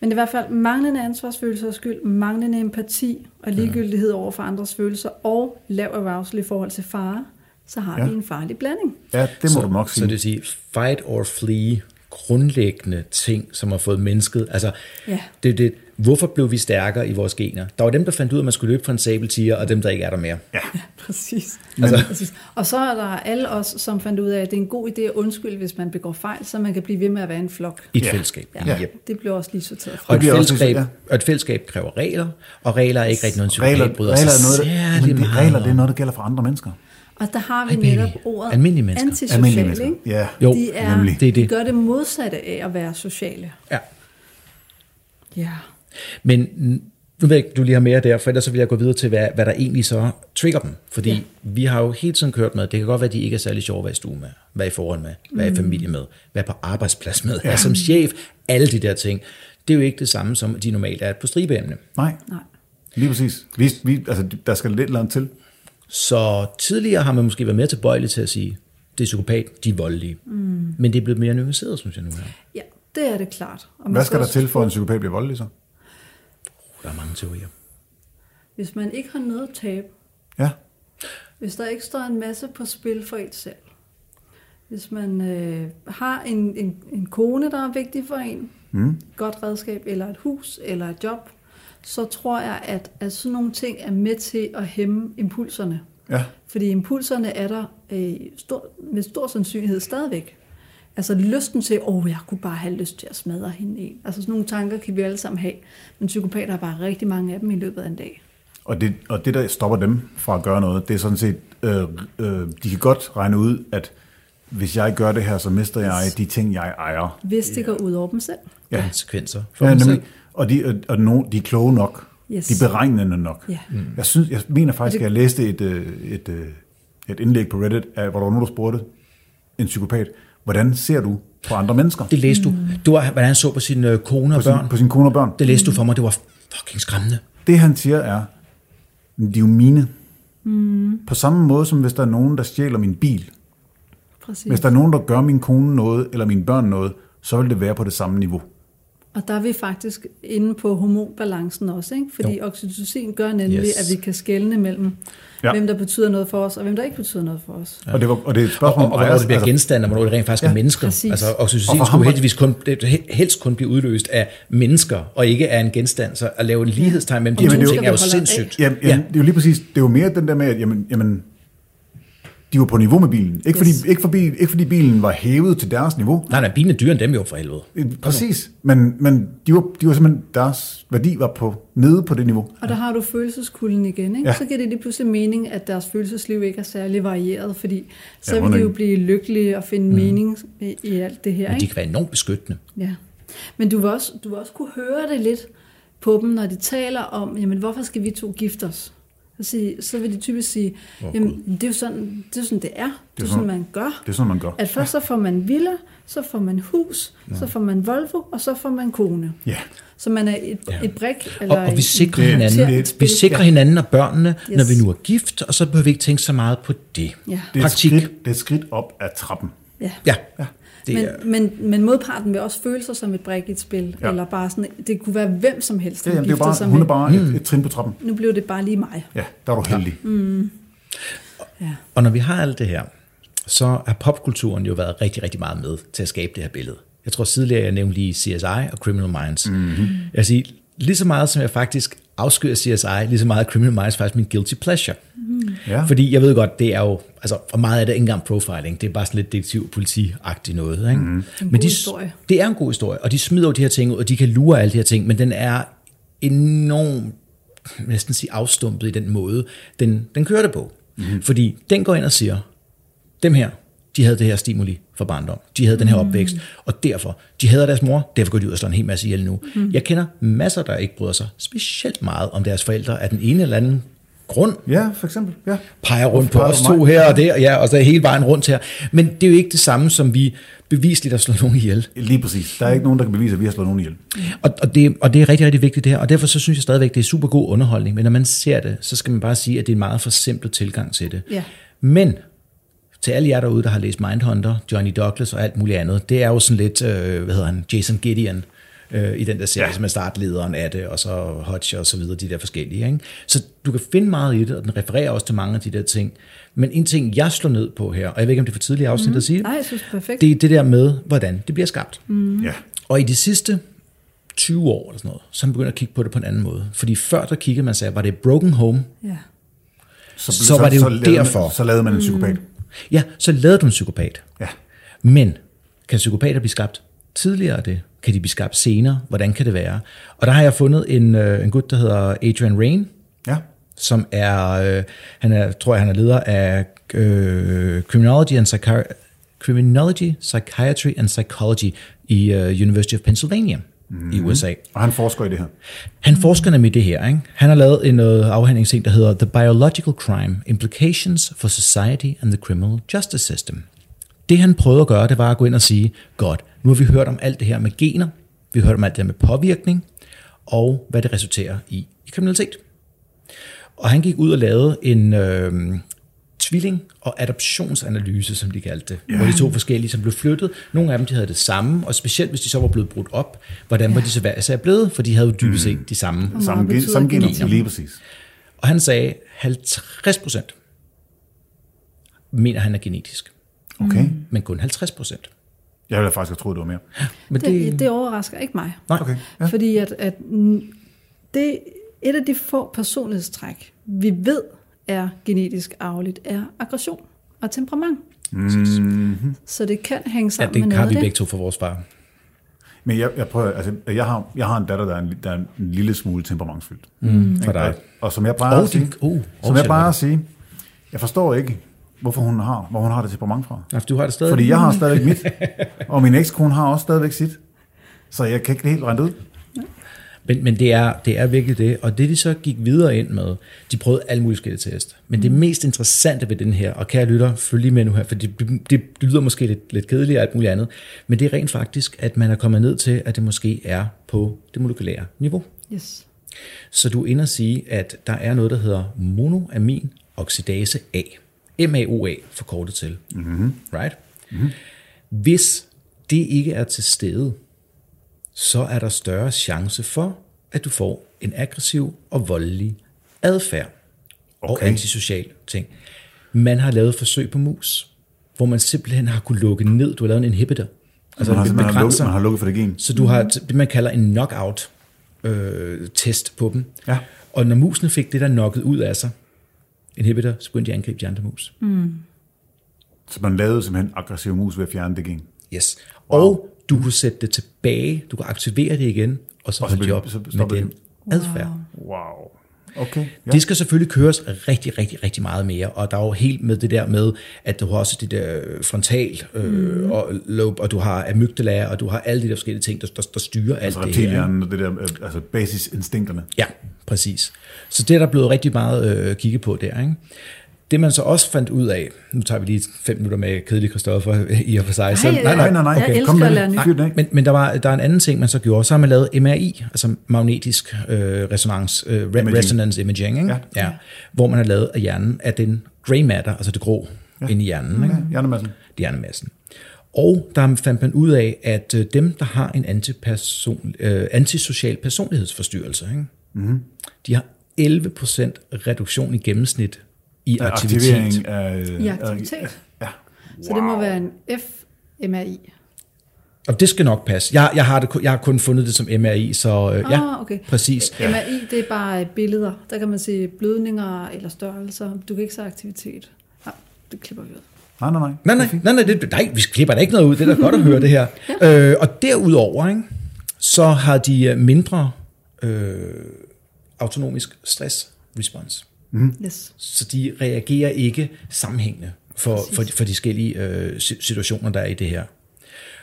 S3: Men det er i hvert fald manglende ansvarsfølelse og skyld, manglende empati og ligegyldighed over for andres følelser og lav arousal i forhold til fare, så har
S1: Ja.
S3: vi en farlig blanding.
S1: Ja, det må
S2: så,
S1: du nok
S2: Så
S1: sige.
S2: det vil sige, fight or flee, grundlæggende ting, som har fået mennesket. Altså,
S3: Ja.
S2: det, det, hvorfor blev vi stærkere i vores gener? Der var dem, der fandt ud af, at man skulle løbe fra en sabeltiger, og dem, der ikke er der mere. Ja.
S3: Præcis. Altså. Præcis. Og så er der alle os, som fandt ud af, at det er en god idé at undskylde, hvis man begår fejl, så man kan blive ved med at være en flok.
S2: I et ja. fællesskab.
S3: Ja,
S2: Yep.
S3: det blev også lige sorteret fra.
S2: Og et,
S1: bliver også-
S2: fællesskab,
S1: ja.
S2: og et fællesskab kræver regler, og regler er ikke rigtig noget, en psykopat
S1: Regler,
S2: bryder
S1: regler, er
S2: sig
S1: noget, der,
S2: særlig
S1: men det,
S2: meget
S1: regler
S2: om.
S1: det er noget, der gælder for andre mennesker.
S3: Og der har vi
S2: Ej, baby.
S3: netop ordet
S2: Almindelige mennesker.
S1: Almindelige mennesker.
S3: antisociale. Ikke?
S1: Ja.
S2: Jo,
S3: de er,
S2: nemlig. Det er det.
S3: De gør det modsatte af at være sociale.
S2: Ja.
S3: Ja.
S2: Men n- nu ved jeg ikke, du lige har mere der, for ellers så vil jeg gå videre til, hvad, hvad der egentlig så trigger dem. Fordi ja. vi har jo hele tiden kørt med, det kan godt være, at de ikke er særlig sjove at være i stue med, være i forhold med, være i
S1: Mm.
S2: familie med, være på arbejdsplads med, være som chef, alle de der ting. Det er jo ikke det samme som, at de normalt er på stribeemne.
S1: Nej,
S3: Nej.
S1: lige præcis. Vi, vi, altså, der skal lidt langt til.
S2: Så tidligere har man måske været mere tilbøjelig til at sige, det er psykopat, de er voldelige. Mm. Men det er blevet mere nuanceret, synes jeg nu. Her. Uh,
S3: Ja, det er det klart. Og man
S1: Hvad skal der
S3: også-
S1: til, for at en psykopat bliver voldelig så?
S2: Der er mange teorier.
S3: Hvis man ikke har noget at tabe,
S1: Ja,
S3: hvis der ikke står en masse på spil for en selv, hvis man øh, har en, en, en kone, der er vigtig for en,
S1: Hmm?
S3: mm. godt redskab, eller et hus, eller et job, så tror jeg, at, at sådan nogle ting er med til at hæmme impulserne.
S1: ja.
S3: Fordi impulserne er der øh, stor, med stor sandsynlighed stadigvæk. Altså lysten til, åh, oh, jeg kunne bare have lyst til at smadre hende en. Altså sådan nogle tanker kan vi alle sammen have. Men psykopater har bare rigtig mange af dem i løbet af en dag.
S1: Og det, og det, der stopper dem fra at gøre noget, det er sådan set, øh, øh, de kan godt regne ud, at hvis jeg gør det her, så mister jeg de ting, jeg ejer.
S3: Hvis det går ud over dem selv.
S1: Ja.
S2: Konsekvenser. For
S1: Ja,
S2: dem selv.
S1: nemlig. Og, de, og, og no, de er kloge nok.
S3: Yes.
S1: De er beregnende nok.
S3: Ja.
S1: Mm. Jeg, synes, jeg mener faktisk, at jeg læste et, øh, et, øh, et indlæg på Reddit, af, hvor der var nogen, der spurgte en psykopat, hvordan ser du på andre mennesker?
S2: Det læste du. Du var, hvordan han så på sin øh, kone og
S1: Mm. på, sin,
S2: børn.
S1: på sin kone og børn.
S2: Det læste du for mig, det var fucking skræmmende.
S1: Det han siger er, de er jo mine. Mm. På samme måde som hvis der er nogen, der stjæler min bil.
S3: Præcis.
S1: Hvis der er nogen, der gør min kone noget, eller mine børn noget, så vil det være på det samme niveau.
S3: Og der er vi faktisk inde på hormonbalancen også, ikke? fordi jo. oxytocin gør nemlig,
S2: Yes.
S3: yes. at vi kan skelne mellem,
S1: Ja.
S3: ja. hvem der betyder noget for os, og hvem der ikke betyder noget for os.
S1: Ja. Og, det var, og det er et
S2: Og,
S1: spørgsmål altså,
S2: og, og hvornår
S1: ejers-
S2: det bliver genstand, og hvornår det rent faktisk ja, er mennesker.
S3: præcis.
S2: Altså,
S1: Og
S2: oxytocin
S1: for ham
S2: skulle
S1: var-
S2: heldigvis kun, det- he- helst kun blive udløst af mennesker, og ikke af en genstand. Så at lave en lighedstegn mellem de
S3: Jamen,
S2: to
S3: det er jo-
S2: ting er jo
S3: Skal vi holde
S2: sindssygt.
S1: Jamen, jamen, ja. det er jo lige præcis, det er jo mere den der med, at jamen, jamen, de var på niveau med bilen. Ikke, yes.
S3: Yes.
S1: fordi, ikke, fordi, ikke fordi bilen var hævet til deres niveau.
S2: Nej, nej, bilen er dyrere end dem jo for helvede.
S1: Øh, Præcis, men, men de, var, de var simpelthen, deres værdi var på, nede på det niveau.
S3: Og der har du følelseskulden igen, ikke?
S1: Ja.
S3: Ja. så giver det lige pludselig mening, at deres følelsesliv ikke er særlig varieret, fordi så
S1: Ja,
S3: vil de jo
S1: underligt.
S3: blive lykkelige og finde mm. mening i, i alt det her.
S2: Men de
S3: Ikke?
S2: kan være enormt beskyttende.
S3: Ja. Men du vil, også, du vil også kunne høre det lidt på dem, når de taler om, jamen hvorfor skal vi to gifte os? Så, sige, så vil de typisk sige, jamen det er jo sådan det er. Sådan, det er. Det er sådan, man gør.
S1: Det er sådan, man gør.
S3: At først så får man villa, så får man hus, så får man Volvo, og så får man kone.
S1: Ja,
S3: Så man er et, ja. et brik.
S2: Og,
S3: Eller
S2: og vi
S3: et-
S2: sikrer
S1: Det-
S2: hinanden,
S1: det-
S2: vi sikrer hinanden og børnene, når
S3: Yes.
S2: vi nu er gift, og så behøver vi ikke tænke så meget på det.
S3: Ja.
S1: det er, et
S2: Praktik.
S1: skridt, det er et skridt op ad trappen.
S3: Ja.
S2: Ja. Det
S3: Men,
S2: er-
S3: men, men modparten vil også føle sig som et brik i et spil,
S1: Ja.
S3: ja. eller bare sådan, det kunne være hvem som helst,
S1: Ja,
S3: han
S1: jamen, det er jo
S3: gifter sig
S1: bare, hun er
S3: med.
S1: bare et,
S2: Mm.
S1: et trin på trappen.
S3: Nu blev det bare lige mig.
S1: Ja, der er du heldig.
S3: Ja.
S2: Og når vi har alt det her, så har popkulturen jo været rigtig, rigtig meget med til at skabe det her billede. Jeg tror tidligere, jeg nævnte lige CSI og Criminal Minds. Mm-hmm. Jeg siger, lige så meget som jeg faktisk afskyr CSI, lige så meget er Criminal Minds faktisk min guilty pleasure.
S1: Ja.
S2: Fordi jeg ved godt, det er jo, altså for meget af det er ikke engang profiling, det er bare sådan lidt detektiv politi noget. Ikke? Mm. Men
S3: god
S2: de,
S3: historie.
S2: Det er en god historie, og de smider jo de her ting ud, og de kan lure alle de her ting, men den er enormt, jeg vil næsten sige afstumpet i den måde, den, den kører det på. Mm. Fordi den går ind og siger, dem her, de havde det her stimuli fra barndom. De havde den her
S3: Mhm.
S2: opvækst, og derfor, de hader deres mor, derfor går de ud og slår en hel masse ihjel nu.
S3: Mhm.
S2: Mm. Jeg kender masser, der ikke bryder sig specielt meget om deres forældre af den ene eller anden grund
S1: Ja, for eksempel. Ja.
S2: peger rundt på
S1: Peger på
S2: os
S1: mig.
S2: to her og der, ja, og så hele vejen rundt her. Men det er jo ikke det samme, som vi bevisligt at slå nogen ihjel.
S1: Lige præcis. Der er ikke nogen, der kan bevise, at vi har slået nogen ihjel.
S2: Og, og, det, og det er rigtig, rigtig vigtigt det her, og derfor så synes jeg stadigvæk, det er super god underholdning, men når man ser det, så skal man bare sige, at det er en meget forsimplet tilgang til det.
S3: Ja.
S2: Men til alle jer derude, der har læst Mindhunter, Johnny Douglas og alt muligt andet, det er jo sådan lidt, øh, hvad hedder han, Jason Gideon øh, i den der serie, ja. som er startlederen af det, og så Hodge og så videre, de der forskellige. Ikke? Så du kan finde meget i det, og den refererer også til mange af de der ting. Men en ting, jeg slår ned på her, og jeg ved ikke, om det er for tidligt afsnit mm. at sige,
S3: Mhm. Nej, jeg synes det er perfekt.
S2: det er det der med, hvordan det bliver skabt.
S1: Ja.
S2: Og i de sidste 20 år eller sådan noget, så er man begyndt at kigge på det på en anden måde. Fordi før der kiggede man sagde, var det Broken Home?
S3: Ja.
S1: Så,
S2: Så var det jo
S1: lavede
S2: derfor. Mm.
S1: Man, så lavede man en psykopat.
S2: Ja, så lavede du en psykopat.
S1: Ja.
S2: Men kan psykopater blive skabt tidligere af det? Kan de blive skabt senere? Hvordan kan det være? Og der har jeg fundet en, øh, en gut, der hedder Adrian Rain,
S1: Ja.
S2: som er, øh, han er, tror jeg, han er leder af øh, Criminology, and Psychi- Criminology, Psychiatry and Psychology i øh, University of Pennsylvania mm. i USA.
S1: Og han forsker i det her.
S2: Han forsker nemlig det her. Ikke? Han har lavet en øh, afhandlingsting, der hedder The Biological Crime Implications for Society and the Criminal Justice System. Det han prøvede at gøre, det var at gå ind og sige, godt, nu har vi hørt om alt det her med gener, vi har hørt om alt det her med påvirkning, og hvad det resulterer i i kriminalitet. Og han gik ud og lavede en øh, tvilling- og adoptionsanalyse, som de kaldte det. Yeah. Hvor de to forskellige, som blev flyttet. Nogle af dem, de havde det samme, og specielt hvis de så var blevet brudt op, hvordan var de så hver især blevet? For de havde jo dybest set de samme.
S1: Samme, gen,
S3: betyder
S1: samme gener.
S3: gener.
S1: Lige præcis.
S2: Og han sagde, 50 procent mener han er genetisk,
S1: Okay.
S2: men kun 50 procent.
S1: Jeg ville faktisk have troet, det var mere.
S2: Men det,
S3: Det, det overrasker ikke mig.
S2: nej,
S1: Okay.
S2: okay.
S1: Ja.
S3: Fordi at, at mm, det, et af de få personlighedstræk, vi ved er genetisk arveligt, er aggression og temperament. Mm-hmm. Så det kan hænge
S2: Mm. ja,
S3: sammen ja,
S2: det
S3: med
S2: har
S3: noget
S2: vi
S3: af
S2: begge
S3: det.
S2: to fra vores far.
S1: Men jeg, jeg prøver, altså, jeg har, jeg har en datter, der er en, der er en lille smule temperamentsfyldt.
S2: Mm, for dig.
S1: Og, og som jeg plejer
S2: Og
S1: at sige,
S2: din, oh,
S1: som
S2: og
S1: jeg plejer at sige, jeg forstår ikke, hvorfor hun har, hvor hun har det temperament fra.
S2: Altså, du har det stadig.
S1: Fordi jeg har stadigvæk mit, og min ekskone har også stadigvæk sit. Så jeg kan ikke det helt rent ud.
S2: Altså, Men, men det, er, det er virkelig det. Og det, de så gik videre ind med, de prøvede alle mulige forskellige test. Men det mest interessante ved den her, og kære lytter, følg lige med nu her, for det, det, det lyder måske lidt, lidt kedeligt og alt muligt andet, men det er rent faktisk, at man er kommet ned til, at det måske er på det molekylære niveau.
S3: Yes.
S2: Så du er inde og sige, at der er noget, der hedder monoamin oxidase A. MAOA forkortet til.
S1: Mhm.
S2: Mm-hmm. Right? Mm-hmm. Hvis det ikke er til stede, så er der større chance for, at du får en aggressiv og voldelig adfærd og
S1: Okay.
S2: antisocial ting. Man har lavet forsøg på mus, hvor man simpelthen har kunne lukke ned. Du har lavet en inhibitor. Altså
S1: Man har,
S2: en
S1: man har, lukket,
S2: begrænser.
S1: man har lukket for det gen.
S2: Så du har t- det, man kalder en knockout-test på dem.
S1: Ja.
S2: Og når musene fik det, der knocket ud af sig, inhibitor, så begyndte de at angribe de andre mus. Mm.
S1: Så man lavede simpelthen aggressiv mus ved at fjerne det gen.
S2: Yes. Og du kunne sætte det tilbage, du kunne aktivere det igen, og så
S1: Og så
S2: holde de
S1: blev-
S2: op
S1: så
S2: med
S1: stoppede
S2: den adfærd. Wow.
S1: Wow. Okay. Ja.
S2: Det skal selvfølgelig køres rigtig, rigtig, rigtig meget mere, og der er jo helt med det der med, at du har også det der frontal øh, mm. og lobe, og du har amygdala, og du har alle de der forskellige ting, der, der, der styrer alt
S1: Så
S2: det her. ikke?
S1: reptilhjernen og det der, øh, altså basisinstinkterne.
S2: Ja, præcis. Så det er der blevet rigtig meget øh, kigget på der. Ikke? Det man så også fandt ud af, nu tager vi lige fem minutter med kedelig Christoffer i og for sig. så,
S1: nej, nej, nej.
S3: Jeg
S1: Okay, kom
S3: elsker
S1: med
S3: at
S1: det.
S3: lære nyt.
S1: Nej. Fyr den af.
S2: Men, men der, var, der er en anden ting, man så gjorde. Så har man lavet MRI, altså magnetisk øh, resonans, øh, re-
S1: Imaging.
S2: resonance imaging, ikke?
S1: Ja.
S2: Ja, hvor man har lavet af hjernen, af den grey matter, altså det grå, ja. inde i hjernen. Ikke?
S1: Ja, Hjernemassen.
S2: hjernemassen. Og der fandt man ud af, at øh, dem, der har en antiperson, øh, antisocial personlighedsforstyrrelse, ikke? Mm-hmm. de har 11% reduktion i gennemsnit i aktivitet.
S1: Aktivering af...
S3: I aktivitet.
S1: Ja.
S3: Så det må være en FMRI.
S2: Og det skal nok passe. Jeg, jeg, har det, kun- jeg har kun fundet det som MRI, så øh, ja,
S3: Ah, okay.
S2: præcis.
S3: Ja. MRI, det er bare øh, billeder. Der kan man se blødninger eller størrelser. Du kan ikke se aktivitet. Nej, det klipper vi ud.
S1: Nej, nej, nej.
S2: Nej, nej, nej, nej, det, nej, vi klipper da ikke noget ud. Det er da godt at høre det her. Øh, og derudover, ikke, så har de øh, mindre øh, autonomisk stress response.
S1: Mm.
S3: Yes.
S2: så de reagerer ikke sammenhængende for, for, for de forskellige øh, si- situationer, der er i det her.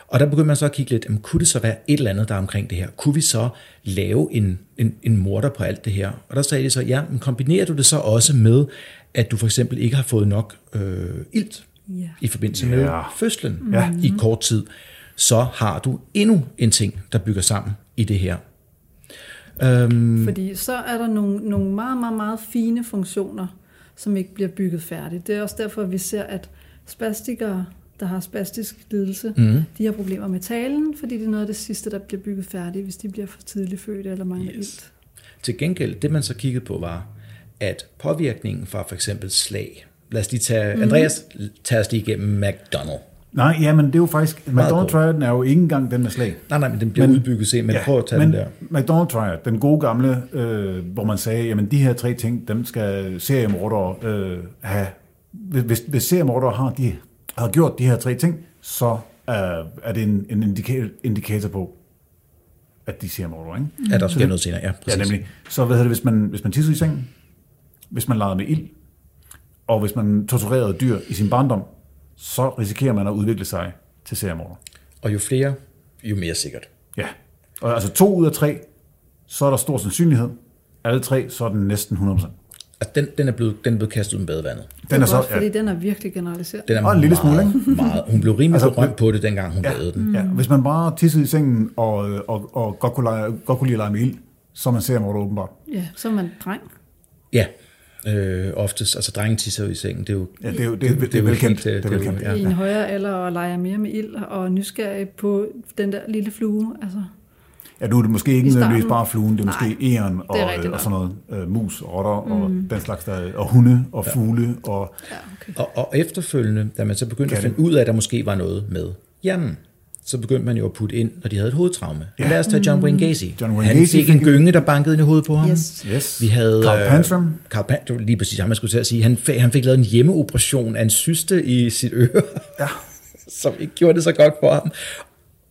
S2: Og der begynder man så at kigge lidt, jamen, kunne det så være et eller andet, der er omkring det her? Kunne vi så lave en, en, en morter på alt det her? Og der sagde de så, ja, men kombinerer du det så også med, at du for eksempel ikke har fået nok øh, ilt
S3: Ja.
S2: i forbindelse med
S1: Ja.
S2: fødslen i kort tid, så har du endnu en ting, der bygger sammen i det her.
S3: Fordi så er der nogle, nogle meget, meget, meget fine funktioner, som ikke bliver bygget færdigt. Det er også derfor, at vi ser, at spastikere, der har spastisk lidelse, mm. de har problemer med talen, fordi det er noget af det sidste, der bliver bygget færdigt, hvis de bliver for tidligt født eller mangler yes. ilt.
S2: Til gengæld, det man så kiggede på var, at påvirkningen fra for eksempel slag, lad os lige tage, mm. Andreas, tager os lige igennem McDonald.
S1: Nej, ja, men det er jo faktisk... McDonald's
S2: god.
S1: Triad er jo ikke engang den der slag.
S2: Nej, nej, men den bliver men, udbygget senere, men ja, prøv at tage men, den der.
S1: McDonald's Triad, den gode gamle, øh, hvor man sagde, jamen de her tre ting, dem skal seriemordere øh, have. Hvis, hvis- hvis seriemordere har, de, har gjort de her tre ting, så øh, er det en, en indikator, indikator på, at de er seriemordere, ikke?
S2: Ja, Mm. der sker noget senere, ja,
S1: Mhm. Ja,
S2: præcis.
S1: nemlig. Så hvad hedder det, hvis man, hvis man tissede i sengen, hvis man legede med ild, og hvis man torturerede dyr i sin barndom, så risikerer man at udvikle sig til seriemorder.
S2: Og jo flere, jo mere sikkert.
S1: Ja. Og altså to ud af tre, så er der stor sandsynlighed. Alle tre, så er den næsten 100%.
S2: Altså, den, den, er blevet, den er blevet kastet ud med badevandet.
S1: Den er
S3: det er
S1: så...
S3: godt, fordi
S1: Ja,
S3: ja. den er virkelig generaliseret.
S2: Den er
S1: Og en lille smule,
S2: meget, meget, hun blev rimelig
S1: Altså,
S2: altså, berømt på det, dengang hun ja. lavede den.
S3: Mm.
S1: ja, hvis man bare tissede i sengen og, og, og godt, kunne lege, godt kunne lide at lege med ild, så er man seriemorder åbenbart.
S3: Ja, så er man dreng.
S2: Ja, øh, oftest. Altså, drengen tisser jo i sengen. Det er jo,
S1: Ja, det er jo det, det, det er velkendt.
S2: helt, øh,
S1: Det er
S2: jo-
S1: velkendt.
S2: ja.
S3: i en højere alder og leger mere med ild og er nysgerrig på den der lille flue. Altså,
S1: Ja, nu er det måske
S3: I
S1: ikke
S3: starten.
S1: nødvendigvis bare fluen, det er
S3: Nej,
S1: måske æren og,
S3: det er rigtigt
S1: øh, og
S3: nok. Mm.
S1: sådan noget. Øh, mus, rotter og den slags, der, og hunde og fugle. Og,
S3: ja, okay.
S2: Og, og efterfølgende, da man så begyndte at
S1: Katte.
S2: finde ud af, at der måske var noget med hjernen, så begyndte man jo at putte ind, når de havde et hovedtraume. Ja. Lad os tage John Wayne Gacy.
S1: John Wayne
S2: han
S1: Gacy
S2: fik en gynge, der bankede ind i hovedet på ham.
S3: Yes.
S1: Yes.
S2: Vi havde...
S1: Carl
S2: øh,
S1: Pantram.
S2: Carl Pan- det var lige præcis ham, jeg skulle til at sige. Han, fik, han fik lavet en hjemmeoperation af en syste i sit øre, ja. som ikke gjorde det så godt for ham.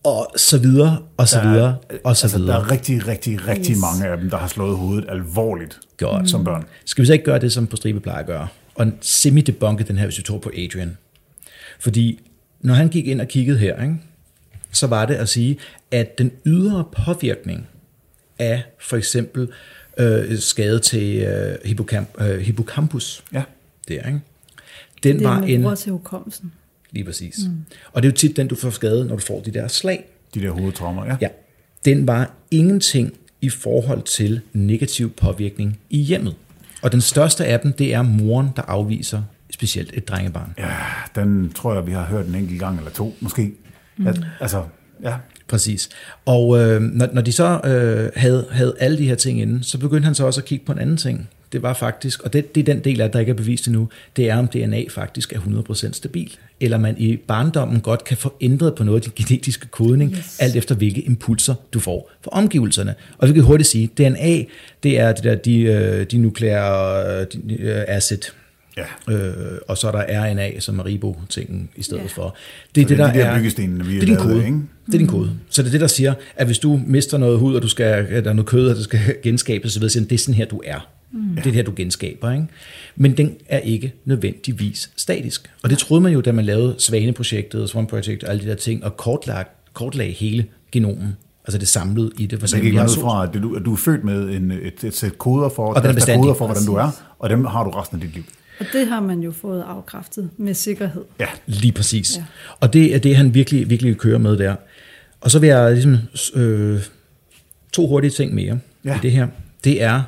S2: Og så videre, og så videre, og så
S1: altså, der
S2: videre.
S1: er rigtig, rigtig, rigtig yes. mange af dem, der har slået hovedet alvorligt
S2: Godt.
S1: som børn.
S2: Skal vi så ikke gøre det, som på stribe plejer at gøre? Og semi-debunke den her, hvis vi tror på Adrian. Fordi når han gik ind og kiggede her, ikke, så var det at sige, at den ydre påvirkning af for eksempel øh, skade til øh, hippocamp, øh, hippocampus,
S1: Ja.
S2: der, ikke? den
S3: Det
S2: var
S3: er med
S2: en...
S3: bror til hukommelsen.
S2: Lige præcis. Mm. Og det er jo tit den, du får skade, når du får de der slag.
S1: De der hovedtraumer, ja.
S2: Ja, den var ingenting i forhold til negativ påvirkning i hjemmet. Og den største af dem, det er moren, der afviser specielt et drengebarn.
S1: ja. Den tror jeg, vi har hørt en enkelt gang eller to, måske. Mm. At, altså, ja.
S2: Præcis. Og øh, når, når de så øh, havde, havde alle de her ting inde, så begyndte han så også at kigge på en anden ting. Det var faktisk, og det, det er den del af det, der ikke er bevist endnu, det er om DNA faktisk er 100% stabil. Eller man i barndommen godt kan få ændret på noget af din genetiske kodning, yes. alt efter hvilke impulser du får fra omgivelserne. Og vi kan hurtigt sige, DNA, det er det der, de, øh, de nukleære øh, de, øh, acid.
S1: Ja.
S2: Øh, og så er der RNA, som er ribotingen i stedet ja. for. Det er
S1: Så
S2: det,
S1: det
S2: der
S1: er de der
S2: er,
S1: byggestenene, vi
S2: det
S1: er
S2: er din
S1: lavet
S2: kode.
S1: af, ikke?
S2: Det er din kode. Så det er det, der siger, at hvis du mister noget hud, og du skal, eller noget kød, og det skal genskabes, så ved jeg, at det er sådan her, du er. Mm. Det er det her, du genskaber. Ikke? Men den er ikke nødvendigvis statisk. Og det troede man jo, da man lavede Svaneprojektet, Swan Project og alle de der ting, og kortlag, kortlagde hele genomen. Altså det samlede i det. For
S1: Så det
S2: eksempel,
S1: gik
S2: vi har
S1: man ud
S2: sol-
S1: fra, at du, at du er født med en, et, et sæt koder for,
S2: den er
S1: der er
S2: bestandig.
S1: koder for, hvordan du er, og dem har du resten af dit liv.
S3: Og det har man jo fået afkræftet med sikkerhed.
S1: Ja.
S2: Lige præcis. Ja. Og det er det, han virkelig, virkelig kører med der. Og så vil jeg ligesom... Øh, to hurtige ting mere ja.
S1: Ja.
S2: i det her. Det er,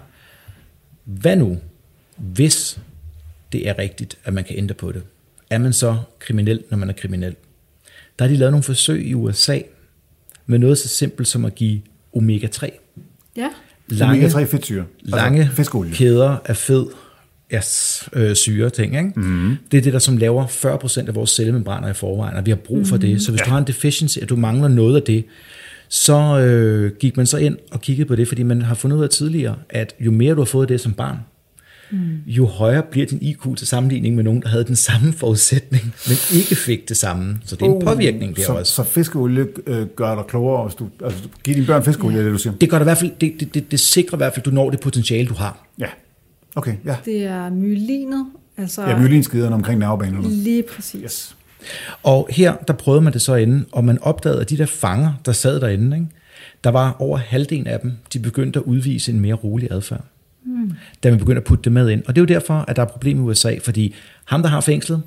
S2: hvad nu, hvis det er rigtigt, at man kan ændre på det? Er man så kriminel, når man er kriminel? Der har de lavet nogle forsøg i USA med noget så simpelt som at give omega-3.
S3: Ja,
S1: Omega 3 fedtsyre.
S2: lange
S1: Altså, fiskolie.
S2: kæder af fed yes, øh, syre ting. Ikke? Mm. Det er det, der som laver 40% af vores cellemembraner i forvejen, og vi har brug for det. Så hvis ja. du har en deficiency, at du mangler noget af det, så øh, gik man så ind og kiggede på det, fordi man har fundet ud af tidligere, at jo mere du har fået af det som barn, mm. jo højere bliver din IQ til sammenligning med nogen, der havde den samme forudsætning, men ikke fik det samme. Så det er en påvirkning der
S1: Uh, Oh. så,
S2: også.
S1: Så fiskeolie øh, gør dig klogere, hvis du, altså, du giver dine børn fiskeolie, ja. det du siger?
S2: Det, gør det, i hvert fald, det, det, det, det sikrer i hvert fald, at du når det potentiale, du har.
S1: Ja. Okay, ja.
S3: det er myelinet. Altså,
S1: Ja, myelinskiderne omkring nervebanen. Yes.
S3: Lige præcis. Yes.
S1: yes.
S2: Og her, der prøvede man det så inde, og man opdagede, at de der fanger, der sad derinde, ikke? der var over halvdelen af dem, de begyndte at udvise en mere rolig adfærd. Mm. Da man begyndte at putte det med ind. Og det er jo derfor, at der er problemer i USA, fordi ham, der har fængslet,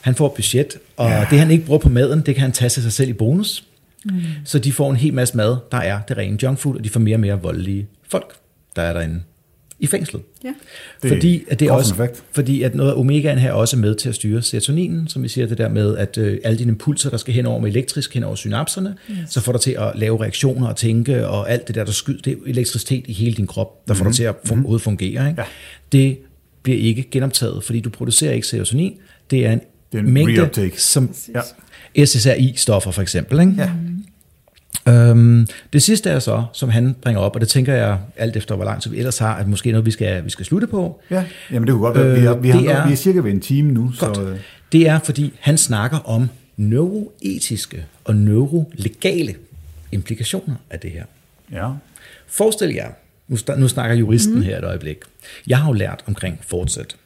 S2: Han får et budget, og ja. det han ikke bruger på maden, det kan han tage til sig selv i bonus. Mm. Så de får en hel masse mad, der er det rene junk food, og de får mere og mere voldelige folk, der er derinde i fængslet.
S3: Ja.
S1: Det
S2: Det
S1: er
S2: fordi, at det er
S1: godt
S2: også,
S1: fun fact.
S2: fordi at noget af omegaen her er også med til at styre serotoninen, som vi siger det der med, at øh, alle dine impulser, der skal hen over med elektrisk, hen over synapserne, yes. så får dig til at lave reaktioner og tænke, og alt det der, der skyder, det er jo elektricitet i hele din krop, der
S1: Mhm.
S2: får dig til at fun- overhovedet fungere. Ikke? Ja. Det bliver ikke genoptaget, fordi du producerer ikke serotonin. Det er en,
S1: Det er en
S2: mængde,
S1: reuptake.
S2: som
S1: Ja.
S2: ja. SSRI-stoffer for eksempel. Ikke? Ja. Øhm, det sidste er så, som han bringer op, og det tænker jeg alt efter, hvor lang tid vi ellers har, at måske noget, vi skal, vi skal slutte på.
S1: Ja, jamen det kunne godt være. Vi er, vi
S2: Øh,
S1: har,
S2: det er-
S1: vi er cirka ved en time nu, så
S2: Godt.
S1: øh,
S2: Det er, fordi han snakker om neuroetiske og neurolegale implikationer af det her.
S1: ja.
S2: Forestil jer, nu, sta- nu snakker juristen
S1: Mhm.
S2: mm. her et øjeblik. Jeg har jo lært omkring fortsæt.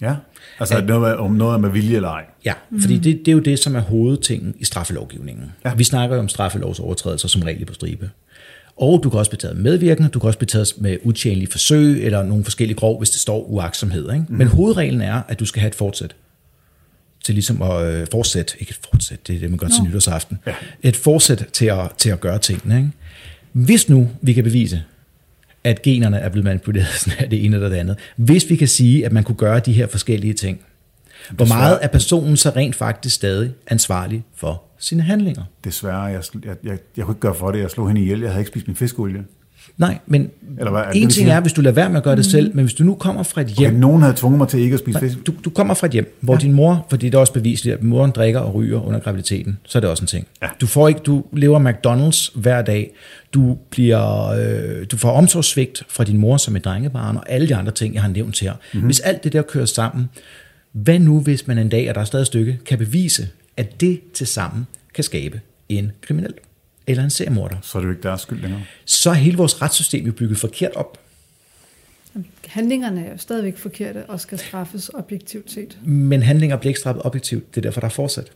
S1: ja. Altså at noget med, om noget er med vilje eller ej.
S2: Ja, fordi det, det er jo det, som er hovedtingen i straffelovgivningen. Ja. Vi snakker jo om straffelovsovertrædelser som regel på stribe. Og du kan også blive taget medvirkende, du kan også blive taget med utjenlige forsøg, eller nogle forskellige grov, hvis det står uaksomhed. Ikke? Mm. Men hovedreglen er, at du skal have et fortsæt. Til ligesom at øh, fortsætte, ikke et fortsæt, det er det, man gør til nytårsaften. Ja. Et fortsæt til at, til at gøre tingene. Ikke? Hvis nu vi kan bevise, at generne er blevet manipuleret, sådan er det ene eller det andet. Hvis vi kan sige, at man kunne gøre de her forskellige ting, hvor meget er personen så rent faktisk stadig ansvarlig for sine handlinger?
S1: Desværre, jeg, sl- jeg, jeg, jeg kunne ikke gøre for det. Jeg slog hende ihjel. Jeg havde ikke spist min fiskolie.
S2: Nej, men
S1: Eller hvad er det,
S2: en
S1: vi
S2: ting
S1: siger?
S2: er, hvis du lader være med at gøre det selv, men hvis du nu kommer fra et hjem,
S1: Okay, nogen havde tvunget mig til ikke at spise fisk.
S2: du, du kommer fra et hjem, hvor ja. din mor, fordi det er også bevisligt, at moren drikker og ryger under graviditeten, så er det også en ting. Ja. Du får ikke, du lever McDonald's hver dag, du bliver, øh, du får omsorgssvigt fra din mor som et drengebarn, og alle de andre ting, jeg har nævnt her. Mm-hmm. Hvis alt det der kører sammen, hvad nu hvis man en dag, og der er stadig et stykke, kan bevise, at det til sammen kan skabe en kriminel eller en seriemorder?
S1: Så er det jo ikke deres skyld længere.
S2: Så er hele vores retssystem jo bygget forkert op.
S3: Handlingerne er jo stadigvæk forkerte og skal straffes objektivt set.
S2: Men handlinger bliver ikke straffet objektivt. Det er derfor, der er fortsat.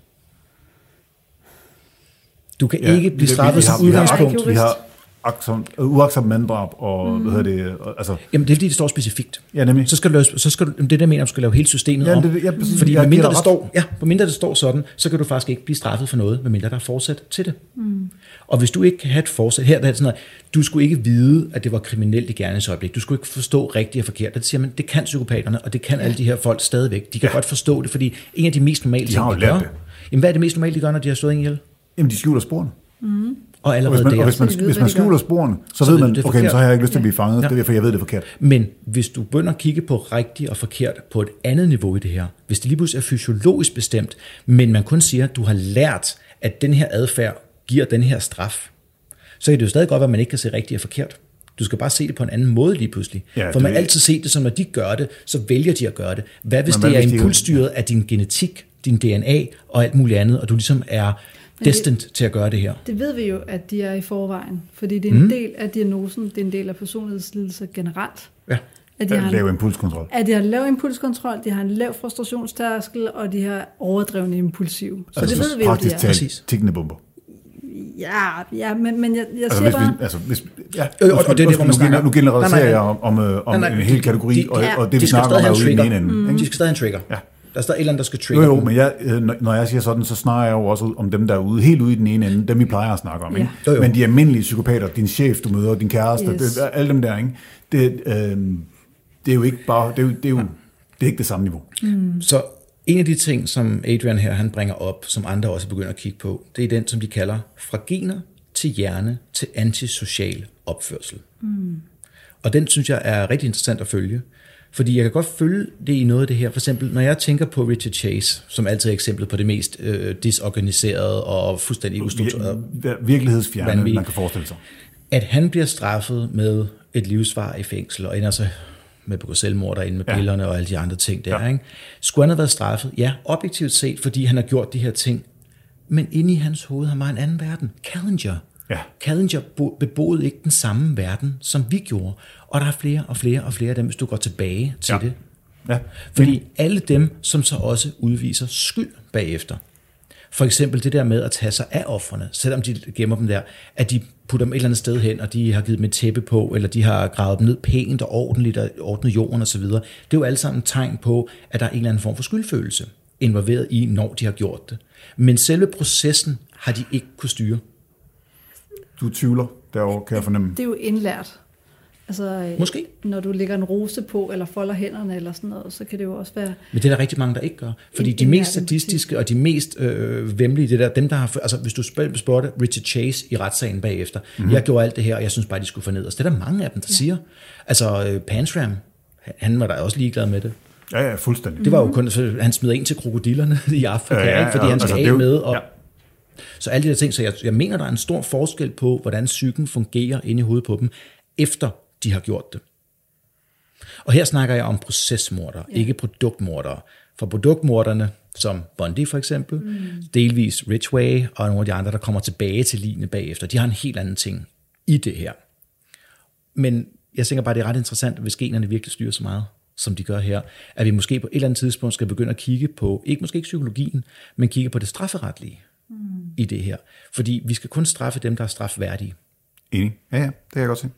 S2: Du kan ja, ikke blive straffet som
S1: vi har, vi
S2: udgangspunkt.
S1: har, vi har aksom, uaksomt manddrab og hvad hedder det, og- altså
S2: Jamen, det er fordi, det står specifikt.
S1: Ja, nemlig.
S2: Så skal du, lave- så skal du, jamen, det er det, jeg mener, du skal lave hele systemet
S1: Ja,
S2: om.
S1: det- ja, præcis.
S2: fordi
S1: Jeg giver
S2: med mindre,
S1: dig
S2: det
S1: ret.
S2: står, ja, med mindre det står sådan, så kan du faktisk ikke blive straffet for noget, medmindre der er forsæt til det. Mm. Og hvis du ikke kan have et forsæt, her der er det sådan noget, du skulle ikke vide, at det var kriminelt i gerningsøjeblik. Du skulle ikke forstå rigtigt og forkert. Det siger man, det kan psykopaterne, og det kan alle de her folk stadigvæk. De kan ja. godt forstå det, fordi en af de mest normale
S1: har
S2: ting,
S1: jo
S2: de
S1: lært det.
S2: gør. Jamen, hvad er det mest normale, de gør, når de har slået en ihjel?
S1: jamen, de skjuler sporene. Og
S2: Og
S1: hvis
S2: allerede
S1: man, og
S2: der.
S1: hvis man,
S3: Så de ved,
S1: hvis
S3: hvad
S1: man
S3: de gør.
S1: skjuler sporene, så, så ved
S2: ved
S1: man,
S2: du, det er
S1: okay, men så
S2: forkert.
S1: har jeg ikke lyst til at blive fanget,
S2: Ja.
S1: ja. det er for jeg ved det er forkert.
S2: Men hvis du begynder at kigge på rigtigt og forkert på et andet niveau i det her, hvis det lige pludselig er fysiologisk bestemt, men man kun siger, at du har lært, at den her adfærd giver den her straf, så kan det jo stadig godt være, at man ikke kan se rigtigt og forkert. Du skal bare se det på en anden måde lige pludselig.
S1: Ja,
S2: Ja, For man
S1: det-
S2: har altid set det som, når de gør det, så vælger de at gøre det. Hvad hvis
S1: Men
S2: det
S1: hvad
S2: er
S1: hvis de-
S2: impulsstyret af din genetik, din DNA og alt muligt andet, og du ligesom er destined til at gøre det her?
S3: Det ved vi jo, at de er i forvejen, fordi det er en mm. del af diagnosen, det er en del af personlighedslidelser generelt.
S2: Ja.
S3: At de,
S1: At
S3: har
S1: lave
S3: en,
S1: impulskontrol.
S3: at de har lav impulskontrol, de har en lav frustrationstærskel, og de har overdrevne impulsiv. Så altså, det ved vi jo, de
S1: Praktisk
S3: er.
S2: Præcis.
S1: talt, tiggende bomber.
S3: Ja, ja, men, men jeg, jeg
S1: Altså,
S3: siger
S1: hvis vi,
S3: bare...
S1: altså, hvis, ja,
S2: det er
S1: undskyld,
S2: Øh, det, hvor
S1: undskyld,
S2: man
S1: nu,
S2: snakker-
S1: gener- nu generaliserer
S2: Nej,
S1: jeg
S2: nej.
S1: om, om, øh, om
S2: Nej, nej,
S1: en hel
S2: de-
S1: kategori,
S2: de-
S1: og,
S2: ja,
S1: og det vi
S2: de skal
S1: snakker om
S2: stadig
S1: er
S2: have Mm.
S1: jo i
S2: en
S1: den ene
S2: trigger. Mm.
S1: ende. ikke?
S2: De skal stadig have en trigger. Ja. Der er stadig et eller andet, der skal
S1: Jo,
S2: trigger
S1: jo,
S2: dem.
S1: men jeg, øh, når- når jeg siger sådan, så snakker jeg jo også om dem, der er ude, helt ude i den ene ende, dem vi plejer at snakke om. Ikke?
S2: Jo, jo.
S1: Men de almindelige psykopater, din chef, du møder, din kæreste,
S3: Yes.
S1: yes. det, alle dem der, ikke? Det, øh, det er jo ikke bare, det er jo, det er jo det er ikke det samme niveau.
S2: Så en af de ting, som Adrian her han bringer op, som andre også begynder at kigge på, det er den, som de kalder fra gener til hjerne til antisocial opførsel. Mm. Og den synes jeg er rigtig interessant at følge. Fordi jeg kan godt følge det i noget af det her. For eksempel, når jeg tænker på Richard Chase, som altid er eksemplet på det mest øh, disorganiserede og fuldstændig ustrukturerede
S1: Vir- virkelighedsfjerne,
S2: Vanvittigt.
S1: man kan forestille sig.
S2: at han bliver straffet med et livsvar i fængsel, og ender så med at begå selvmord derinde med pillerne og alle de andre ting der. Ja. Ikke? Skulle han have været straffet? Ja, objektivt set, fordi han har gjort de her ting. Men inde i hans hoved har man en anden verden. Challenger.
S1: Ja.
S2: Challenger bo- beboede ikke den samme verden, som vi gjorde. Og der er flere og flere og flere af dem, hvis du går tilbage til ja. det.
S1: Ja.
S2: Fordi alle dem, som så også udviser skyld bagefter. For eksempel det der med at tage sig af offerne, selvom de gemmer dem der, at de putter dem et eller andet sted hen, og de har givet dem et tæppe på, eller de har gravet dem ned pænt og ordentligt og ordnet jorden osv. Det er jo alle sammen tegn på, at der er en eller anden form for skyldfølelse. involveret i, når de har gjort det. Men selve processen har de ikke kunne styre.
S1: Du tvivler derovre, kan jeg fornemme.
S3: Det er jo indlært. Altså, øh,
S2: Måske.
S3: Når du lægger en rose på, eller folder hænderne, eller sådan noget, så kan det jo også være...
S2: Men det er der rigtig mange, der ikke gør. Fordi
S3: En-
S2: de
S3: en
S2: mest
S3: verden.
S2: statistiske og de mest øh, vemmelige, det der, dem der har, altså hvis du spørger spurgte Richard Chase i retssagen bagefter, mm-hmm. jeg gjorde alt det her, og jeg synes bare, de skulle fornedres. Det er der mange af dem, der siger. Altså øh, Pansram, han- han var da også ligeglad med det.
S1: Ja, ja, fuldstændig.
S2: Det var jo kun, så han smed en til krokodillerne i Afrika, ja, ja, ja, ikke? fordi han skal
S1: det
S2: altså,
S1: er
S2: af
S1: jo-
S2: med. Og,
S1: ja.
S2: ja. Så alle de der ting, så jeg, jeg mener, der er en stor forskel på, hvordan psyken fungerer inde i hovedet på dem, efter de har gjort det. Og her snakker jeg om procesmordere, ja. ikke produktmordere. For produktmorderne, som Bondi for eksempel, mm. delvis Ridgway og nogle af de andre, der kommer tilbage til lignende bagefter, de har en helt anden ting i det her. Men jeg tænker bare, det er ret interessant, hvis generne virkelig styrer så meget, som de gør her, at vi måske på et eller andet tidspunkt skal begynde at kigge på, ikke måske ikke psykologien, men kigge på det strafferetlige mm. i det her. Fordi vi skal kun straffe dem, der er strafværdige.
S1: Enig. Ja, ja, det kan jeg godt se.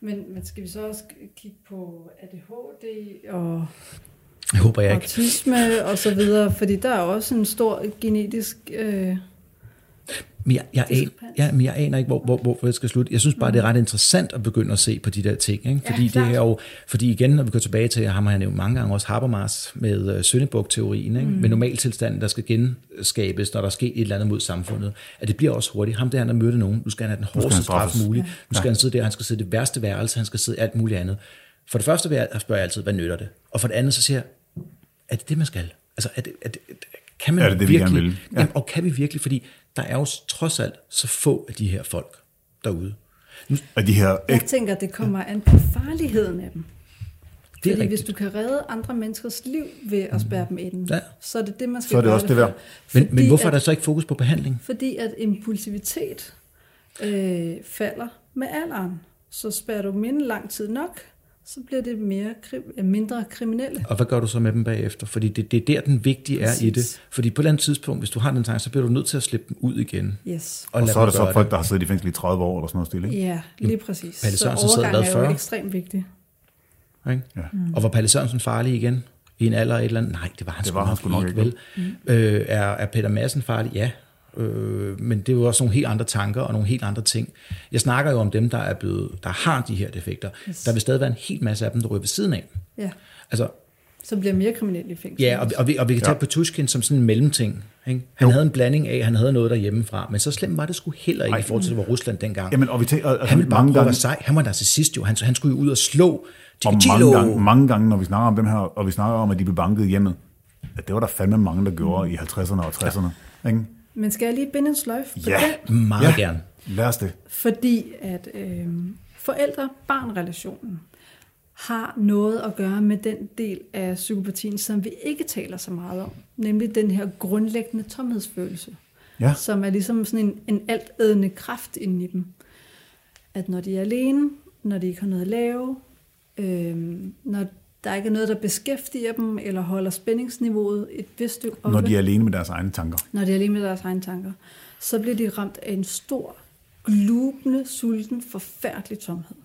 S3: Men, men skal vi så også kigge på ADHD og
S2: Jeg håber jeg ikke.
S3: autisme og så videre? Fordi der er også en stor genetisk... Øh,
S2: Men jeg, jeg, an, ja, men jeg aner ikke, hvor, hvor, hvor det skal slutte. Jeg synes bare, det er ret interessant at begynde at se på de der ting. Ikke? Fordi, Mm. ja, det er jo, fordi igen, når vi går tilbage til, ham har jeg nævnt mange gange, også Habermas med øh, Sønderbog-teorien, ikke? Mm. med normaltilstanden, der skal genskabes, når der er sket et eller andet mod samfundet, at det bliver også hurtigt. Ham der, han har mødt nogen, nu skal han have den hårdeste straf
S1: straffes.
S2: mulig. Nu skal han sidde der, han skal sidde i det værste værelse, han skal sidde i alt muligt andet. For det første vil jeg, spørger jeg altid, hvad nytter det? Og for det andet, så siger jeg, er det det, man skal? Altså, er det, er det, kan man
S1: Er det det, vi
S2: virkelig,
S1: gerne vil? Ja.
S2: Jamen, og kan vi virkelig? Fordi der er jo trods alt så få af de her folk derude.
S1: Og de her...
S3: jeg tænker, det kommer an på farligheden af dem.
S2: Det er
S3: Fordi
S2: rigtigt.
S3: hvis du kan redde andre menneskers liv ved at spærre dem inden,
S2: Ja.
S3: så er det det, man skal
S1: Så er det
S3: gøre
S1: også det værd.
S3: for.
S2: Men, men
S3: Fordi
S2: hvorfor er
S3: at-
S2: der så ikke fokus på behandling?
S3: Fordi at impulsivitet øh, falder med alderen. Så spærer du minde lang tid nok, så bliver det mere krim, øh, mindre kriminelle.
S2: Og hvad gør du så med dem bagefter? Fordi det, det er der, den vigtige er i
S3: Præcis.
S2: det. Fordi på et eller andet tidspunkt, hvis du har den tanke, så bliver du nødt til at slippe dem ud igen.
S3: Yes.
S1: Og
S2: lade
S1: så
S2: dem
S1: er det så
S2: gøre
S1: folk, der har siddet i fængsel i 30 år eller sådan noget stille, ikke?
S3: Ja, lige præcis.
S2: Palle
S3: Så
S2: Sørensen sad i
S3: overgang
S2: hvad,
S3: er jo
S2: 40?
S3: ekstremt vigtig.
S2: Ikke? Ja. Og var Palle Sørensen farlig igen? I en alder af et eller andet? Nej, det var han,
S1: var han sgu nok
S2: ikke, vel? Øh, er, er Peter Madsen farlig? Ja. Øh, men det er jo også nogle helt andre tanker og nogle helt andre ting. Jeg snakker jo om dem, der er blevet, der har de her defekter. Yes. Der vil stadig være en hel masse af dem, der ryger ved siden af.
S3: Ja.
S2: Altså,
S3: Så bliver mere kriminelle i fængsel.
S2: ja, og, og, vi, og vi kan tage ja. Petushkin som sådan en mellemting. Ikke? Han jo. havde en blanding af, han havde noget derhjemmefra, men så slemt var det sgu heller ikke Ej. i forhold til, hvor Rusland dengang.
S1: Jamen, og vi tænker, altså,
S2: han ville bare
S1: mange
S2: prøve
S1: gange,
S2: at være sej. Han var narcissist jo. Han, han skulle jo ud og slå.
S1: og mange gange, mange gange, når vi snakker om dem her, og vi snakker om, at de blev banket i hjemmet, at det var der fandme mange, der gjorde i 50'erne og 60'erne, ikke?
S3: Men skal jeg lige binde en sløjf på
S1: Ja.
S3: den?
S2: Meget ja. gerne.
S1: Lad os det.
S3: fordi at øh, forældre-barn-relationen har noget at gøre med den del af psykopatien, som vi ikke taler så meget om, nemlig den her grundlæggende tomhedsfølelse,
S1: Ja.
S3: som er ligesom sådan en, en altædende kraft inde i dem. At når de er alene, når de ikke har noget at lave, øh, når der ikke er noget, der beskæftiger dem, eller holder spændingsniveauet et vist stykke oppe
S1: Når de er alene med deres egne tanker.
S3: når de er alene med deres egne tanker, så bliver de ramt af en stor, glubende, sulten, forfærdelig tomhed.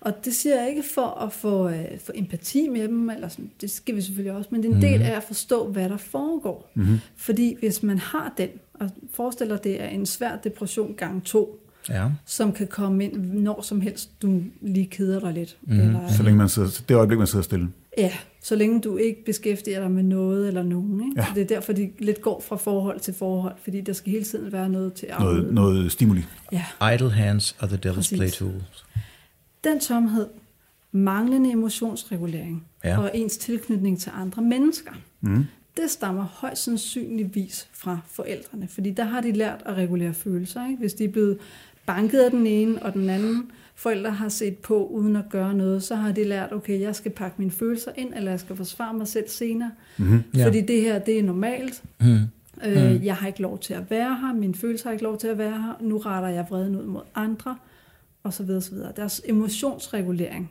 S3: Og det siger jeg ikke for at få, øh, få empati med dem, eller sådan, det skal vi selvfølgelig også, men det er en del af at forstå, hvad der foregår. Mm-hmm. Fordi hvis man har den, og forestiller det er en svær depression gang to,
S2: Ja.
S3: som kan komme ind når som helst, du lige keder dig lidt. Mm-hmm. Eller,
S2: Mhm.
S1: Så længe man sidder, det øjeblik, man sidder stille.
S3: Ja, så længe du ikke beskæftiger dig med noget eller nogen. Ikke?
S1: Ja.
S3: Ja. Det er derfor, de lidt går fra forhold til forhold, fordi der skal hele tiden være noget til at
S1: Noget, noget stimuli.
S3: Ja.
S2: Idle hands are the devil's
S3: Præcis.
S2: play tools.
S3: Den tomhed, manglende emotionsregulering
S2: Ja.
S3: ja. og ens tilknytning til andre mennesker, mm. det stammer højst sandsynligvis fra forældrene, fordi der har de lært at regulere følelser. Ikke? Hvis de er blevet banket af den ene og den anden, forældre har set på uden at gøre noget, så har de lært, okay, jeg skal pakke mine følelser ind, eller jeg skal forsvare mig selv senere, mm-hmm. fordi det her, det er normalt. Mm. Øh, jeg har ikke lov til at være her, mine følelser har ikke lov til at være her, nu retter jeg vreden ud mod andre, og så videre, så videre. Deres emotionsregulering,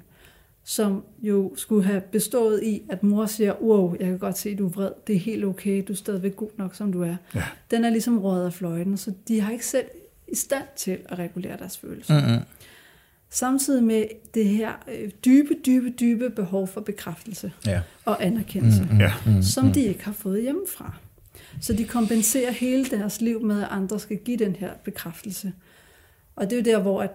S3: som jo skulle have bestået i, at mor siger, wow, jeg kan godt se, du er vred, det er helt okay, du er stadigvæk god nok, som du er. Ja. Den er ligesom røget af fløjten, så de har ikke selv i stand til at regulere deres følelser. Mm-hmm. Samtidig med det her øh, dybe, dybe, dybe behov for bekræftelse
S2: Ja.
S3: og anerkendelse,
S2: Mhm.
S3: mm,
S1: Ja.
S3: mm, som de ikke har fået hjemmefra. Så de kompenserer hele deres liv med, at andre skal give den her bekræftelse. Og det er jo der, hvor at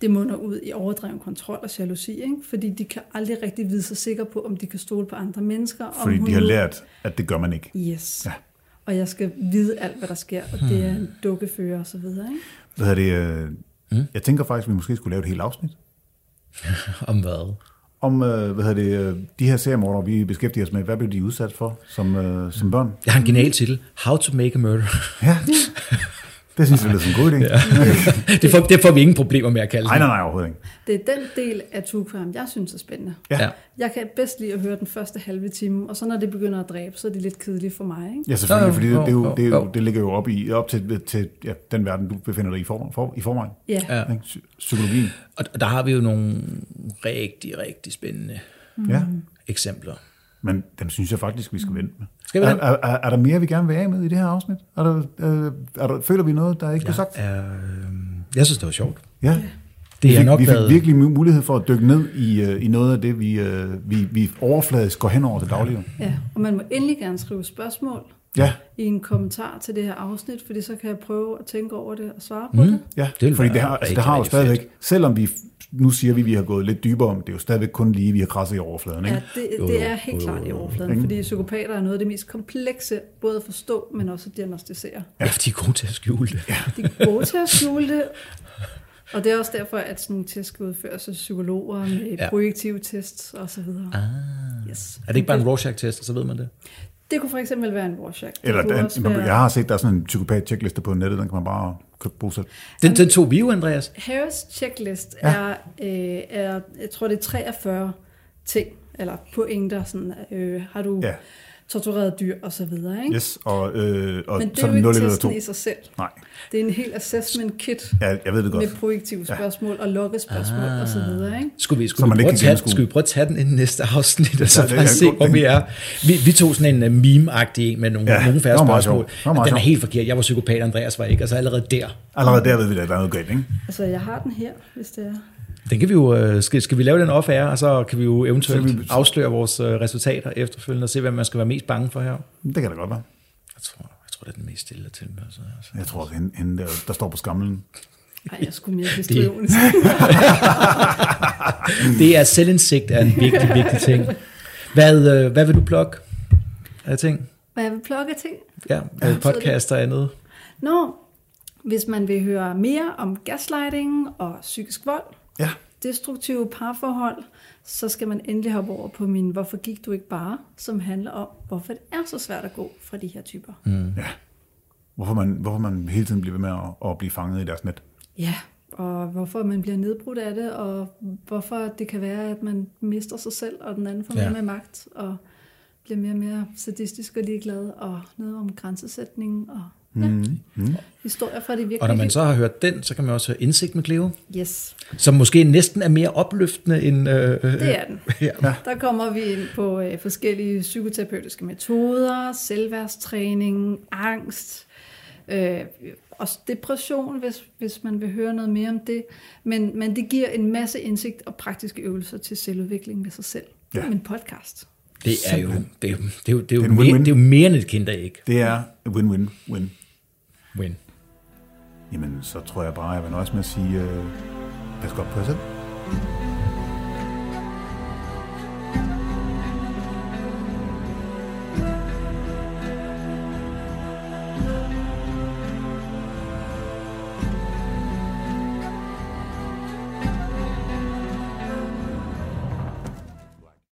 S3: det munder ud i overdreven kontrol og jalousi, ikke? fordi de kan aldrig rigtig vide sig sikre på, om de kan stole på andre mennesker.
S1: Fordi
S3: om hun
S1: de har
S3: nu-
S1: lært, at det gør man ikke.
S3: Yes.
S1: Ja. Hmm.
S3: Ja. Og jeg skal vide alt, hvad der sker, og det er en dukkefører og så videre. Ikke?
S1: Hvad er det? Øh,
S2: Mhm.
S1: jeg tænker faktisk, at vi måske skulle lave et helt afsnit
S2: Om hvad?
S1: om øh, hvad hedder det, øh, de her seriemordere, vi beskæftiger os med. Hvad blev de udsat for som, øh, som børn?
S2: Jeg har en genial titel. How to make a murder.
S1: Ja, det synes jeg lyder som en god idé. Ja.
S2: det, får, det får vi ingen problemer med at kalde
S1: Nej,
S2: den.
S1: nej, nej, overhovedet ikke.
S3: Det er den del af True Crime, jeg synes er spændende.
S1: Ja.
S2: Ja.
S3: Jeg kan bedst lide at høre den første halve time, og så når det begynder at dræbe, så er det lidt kedeligt for mig. Ikke?
S1: Ja, selvfølgelig,
S2: Jo,
S1: fordi det, det, er
S2: jo,
S1: jo, det, er
S2: jo.
S1: jo, det ligger jo op, i, op til, til ja, den verden, du befinder dig i, for, for, i forvejen.
S3: Ja.
S2: Ja.
S1: Ikke? Psy- Psykologien.
S2: Og og der har vi jo nogle rigtig, rigtig spændende
S1: Ja.
S2: eksempler.
S1: Men den synes jeg faktisk, vi skal vente med.
S2: Skal vi
S1: er,
S2: den?
S1: er, er, er der mere, vi gerne vil af med i det her afsnit? Er der, øh, er der, føler vi noget, der ikke blev sagt?
S2: Øh, jeg synes, det var sjovt.
S1: Ja.
S2: Det
S1: Vi
S2: har
S1: fik,
S2: nok
S1: vi fik
S2: været-
S1: virkelig mu- mulighed for at dykke ned i, øh, i noget af det, vi, øh, vi, vi overfladisk går hen over til daglig.
S3: ja. Og man må endelig gerne skrive spørgsmål
S1: Ja,
S3: i en kommentar til det her afsnit, fordi så kan jeg prøve at tænke over det og svare på mm. det.
S1: ja.
S2: ville
S1: Det fordi
S2: være
S1: det har, altså, det
S2: rigtig,
S1: har jo
S2: rigtig fedt.
S1: stadigvæk, selvom vi f- nu siger, vi, at vi har gået lidt dybere om, det er jo stadigvæk kun lige, vi har krasset i overfladen. Ikke?
S3: Ja, det, det er helt klart i overfladen, fordi psykopater er noget af det mest komplekse, både at forstå, men også at diagnostisere.
S2: Ja, for de er gode til at skjule det. Ja.
S3: De er gode til at skjule det. Og det er også derfor, at sådan nogle test skal udføres af psykologer med
S2: Ja.
S3: ja. projektive tests og så videre. Ah. Yes.
S2: Er det ikke bare en Rorschach-test, og så ved man det?
S3: Det kunne for eksempel være en Rorschach. Det
S1: Eller,
S3: kunne
S1: den,
S3: også
S1: man,
S3: være-
S1: jeg har set, der er sådan en psykopat-checkliste på nettet, den kan man bare købe bruge selv.
S2: Den, den tog vi jo, Andreas.
S3: Harris checklist ja. er, øh, er, jeg tror det er 43 ting, eller pointer, sådan, øh, har du
S1: Ja.
S3: ja. tortureret dyr og så videre. Ikke?
S1: Yes, og, øh, og
S3: Men det er
S1: sådan
S3: jo
S1: 0
S3: ikke
S1: eller 2.
S3: testen i sig selv.
S1: Nej,
S3: Det er en hel assessment kit
S1: ja, jeg ved det godt.
S3: med projektive spørgsmål og lokkespørgsmål ah. og så videre. Ikke?
S2: Skulle vi,
S1: Som
S2: skulle,
S1: man
S2: vi
S1: ikke
S2: prøve
S1: kan
S2: at tage,
S1: gennemskue.
S2: skulle vi prøve at tage den i næste afsnit, og så
S1: Ja, det er
S2: bare se,
S1: en god
S2: hvor
S1: idé.
S2: vi er. Vi, vi tog sådan en øh, meme-agtig en med nogle, ja,
S1: Ja,
S2: nogle
S1: det
S2: færre
S1: var meget
S2: spørgsmål.
S1: sjovt. Det var
S2: Og
S1: meget
S2: den er
S1: sjovt.
S2: helt forkert. Jeg var psykopat, Andreas var ikke, og så allerede der.
S1: Allerede der ved vi, at der er noget galt, ikke?
S3: Altså, jeg har den her, hvis det er.
S2: Den kan vi jo, øh, skal, skal vi lave den off air, og så kan vi jo
S1: Så
S2: eventuelt
S1: vi-
S2: afsløre vores øh, resultater efterfølgende, og se, hvad man skal være mest bange for her.
S1: Det kan da godt være.
S2: Jeg tror, jeg tror det er den mest stille til med. Så, altså.
S1: Jeg tror også, hende, hende der, der står på skamlen.
S3: Ej, jeg skulle mere histrionisk.
S2: Det er selvindsigt er en vigtig, vigtig ting. Hvad, øh, hvad vil du plukke af ting?
S3: Hvad jeg vil plukke ting?
S2: Ja, øh, podcast og andet.
S3: Nå, hvis man vil høre mere om gaslighting og psykisk vold,
S1: Ja,
S3: destruktive parforhold, så skal man endelig hoppe over på min Hvorfor gik du ikke bare?, som handler om, hvorfor det er så svært at gå fra de her typer. Mm.
S1: hvorfor man, hvorfor man hele tiden bliver ved med at, at blive fanget i deres net.
S3: Ja, og hvorfor man bliver nedbrudt af det, og hvorfor det kan være, at man mister sig selv, og den anden får mere
S2: Ja.
S3: ja. med magt, og bliver mere og mere sadistisk og ligeglad, og noget om grænsesætning, og ja, mm. historier fra det virkelige
S2: Og når man
S3: liv.
S2: så har hørt den, så kan man også høre Indsigt med Cleo,
S3: Yes,
S2: som måske næsten er mere opløftende end... Øh, øh,
S3: det er den.
S2: ja.
S3: Der kommer vi ind på øh, forskellige psykoterapeutiske metoder, selvværdstræning, angst, øh, også depression, hvis, hvis man vil høre noget mere om det. Men, men det giver en masse indsigt og praktiske øvelser til selvudvikling med sig selv.
S1: Ja.
S3: Ja. En podcast.
S2: Det er jo, det, er jo- det, er jo, det, er jo
S1: Det er en
S2: mere,
S1: win-win.
S2: det er jo mere end et kinderæg.
S1: Det er win-win-win.
S2: Win.
S1: Jamen, så tror jeg bare, jeg vil nøjes med at sige, øh, pas godt på jer selv.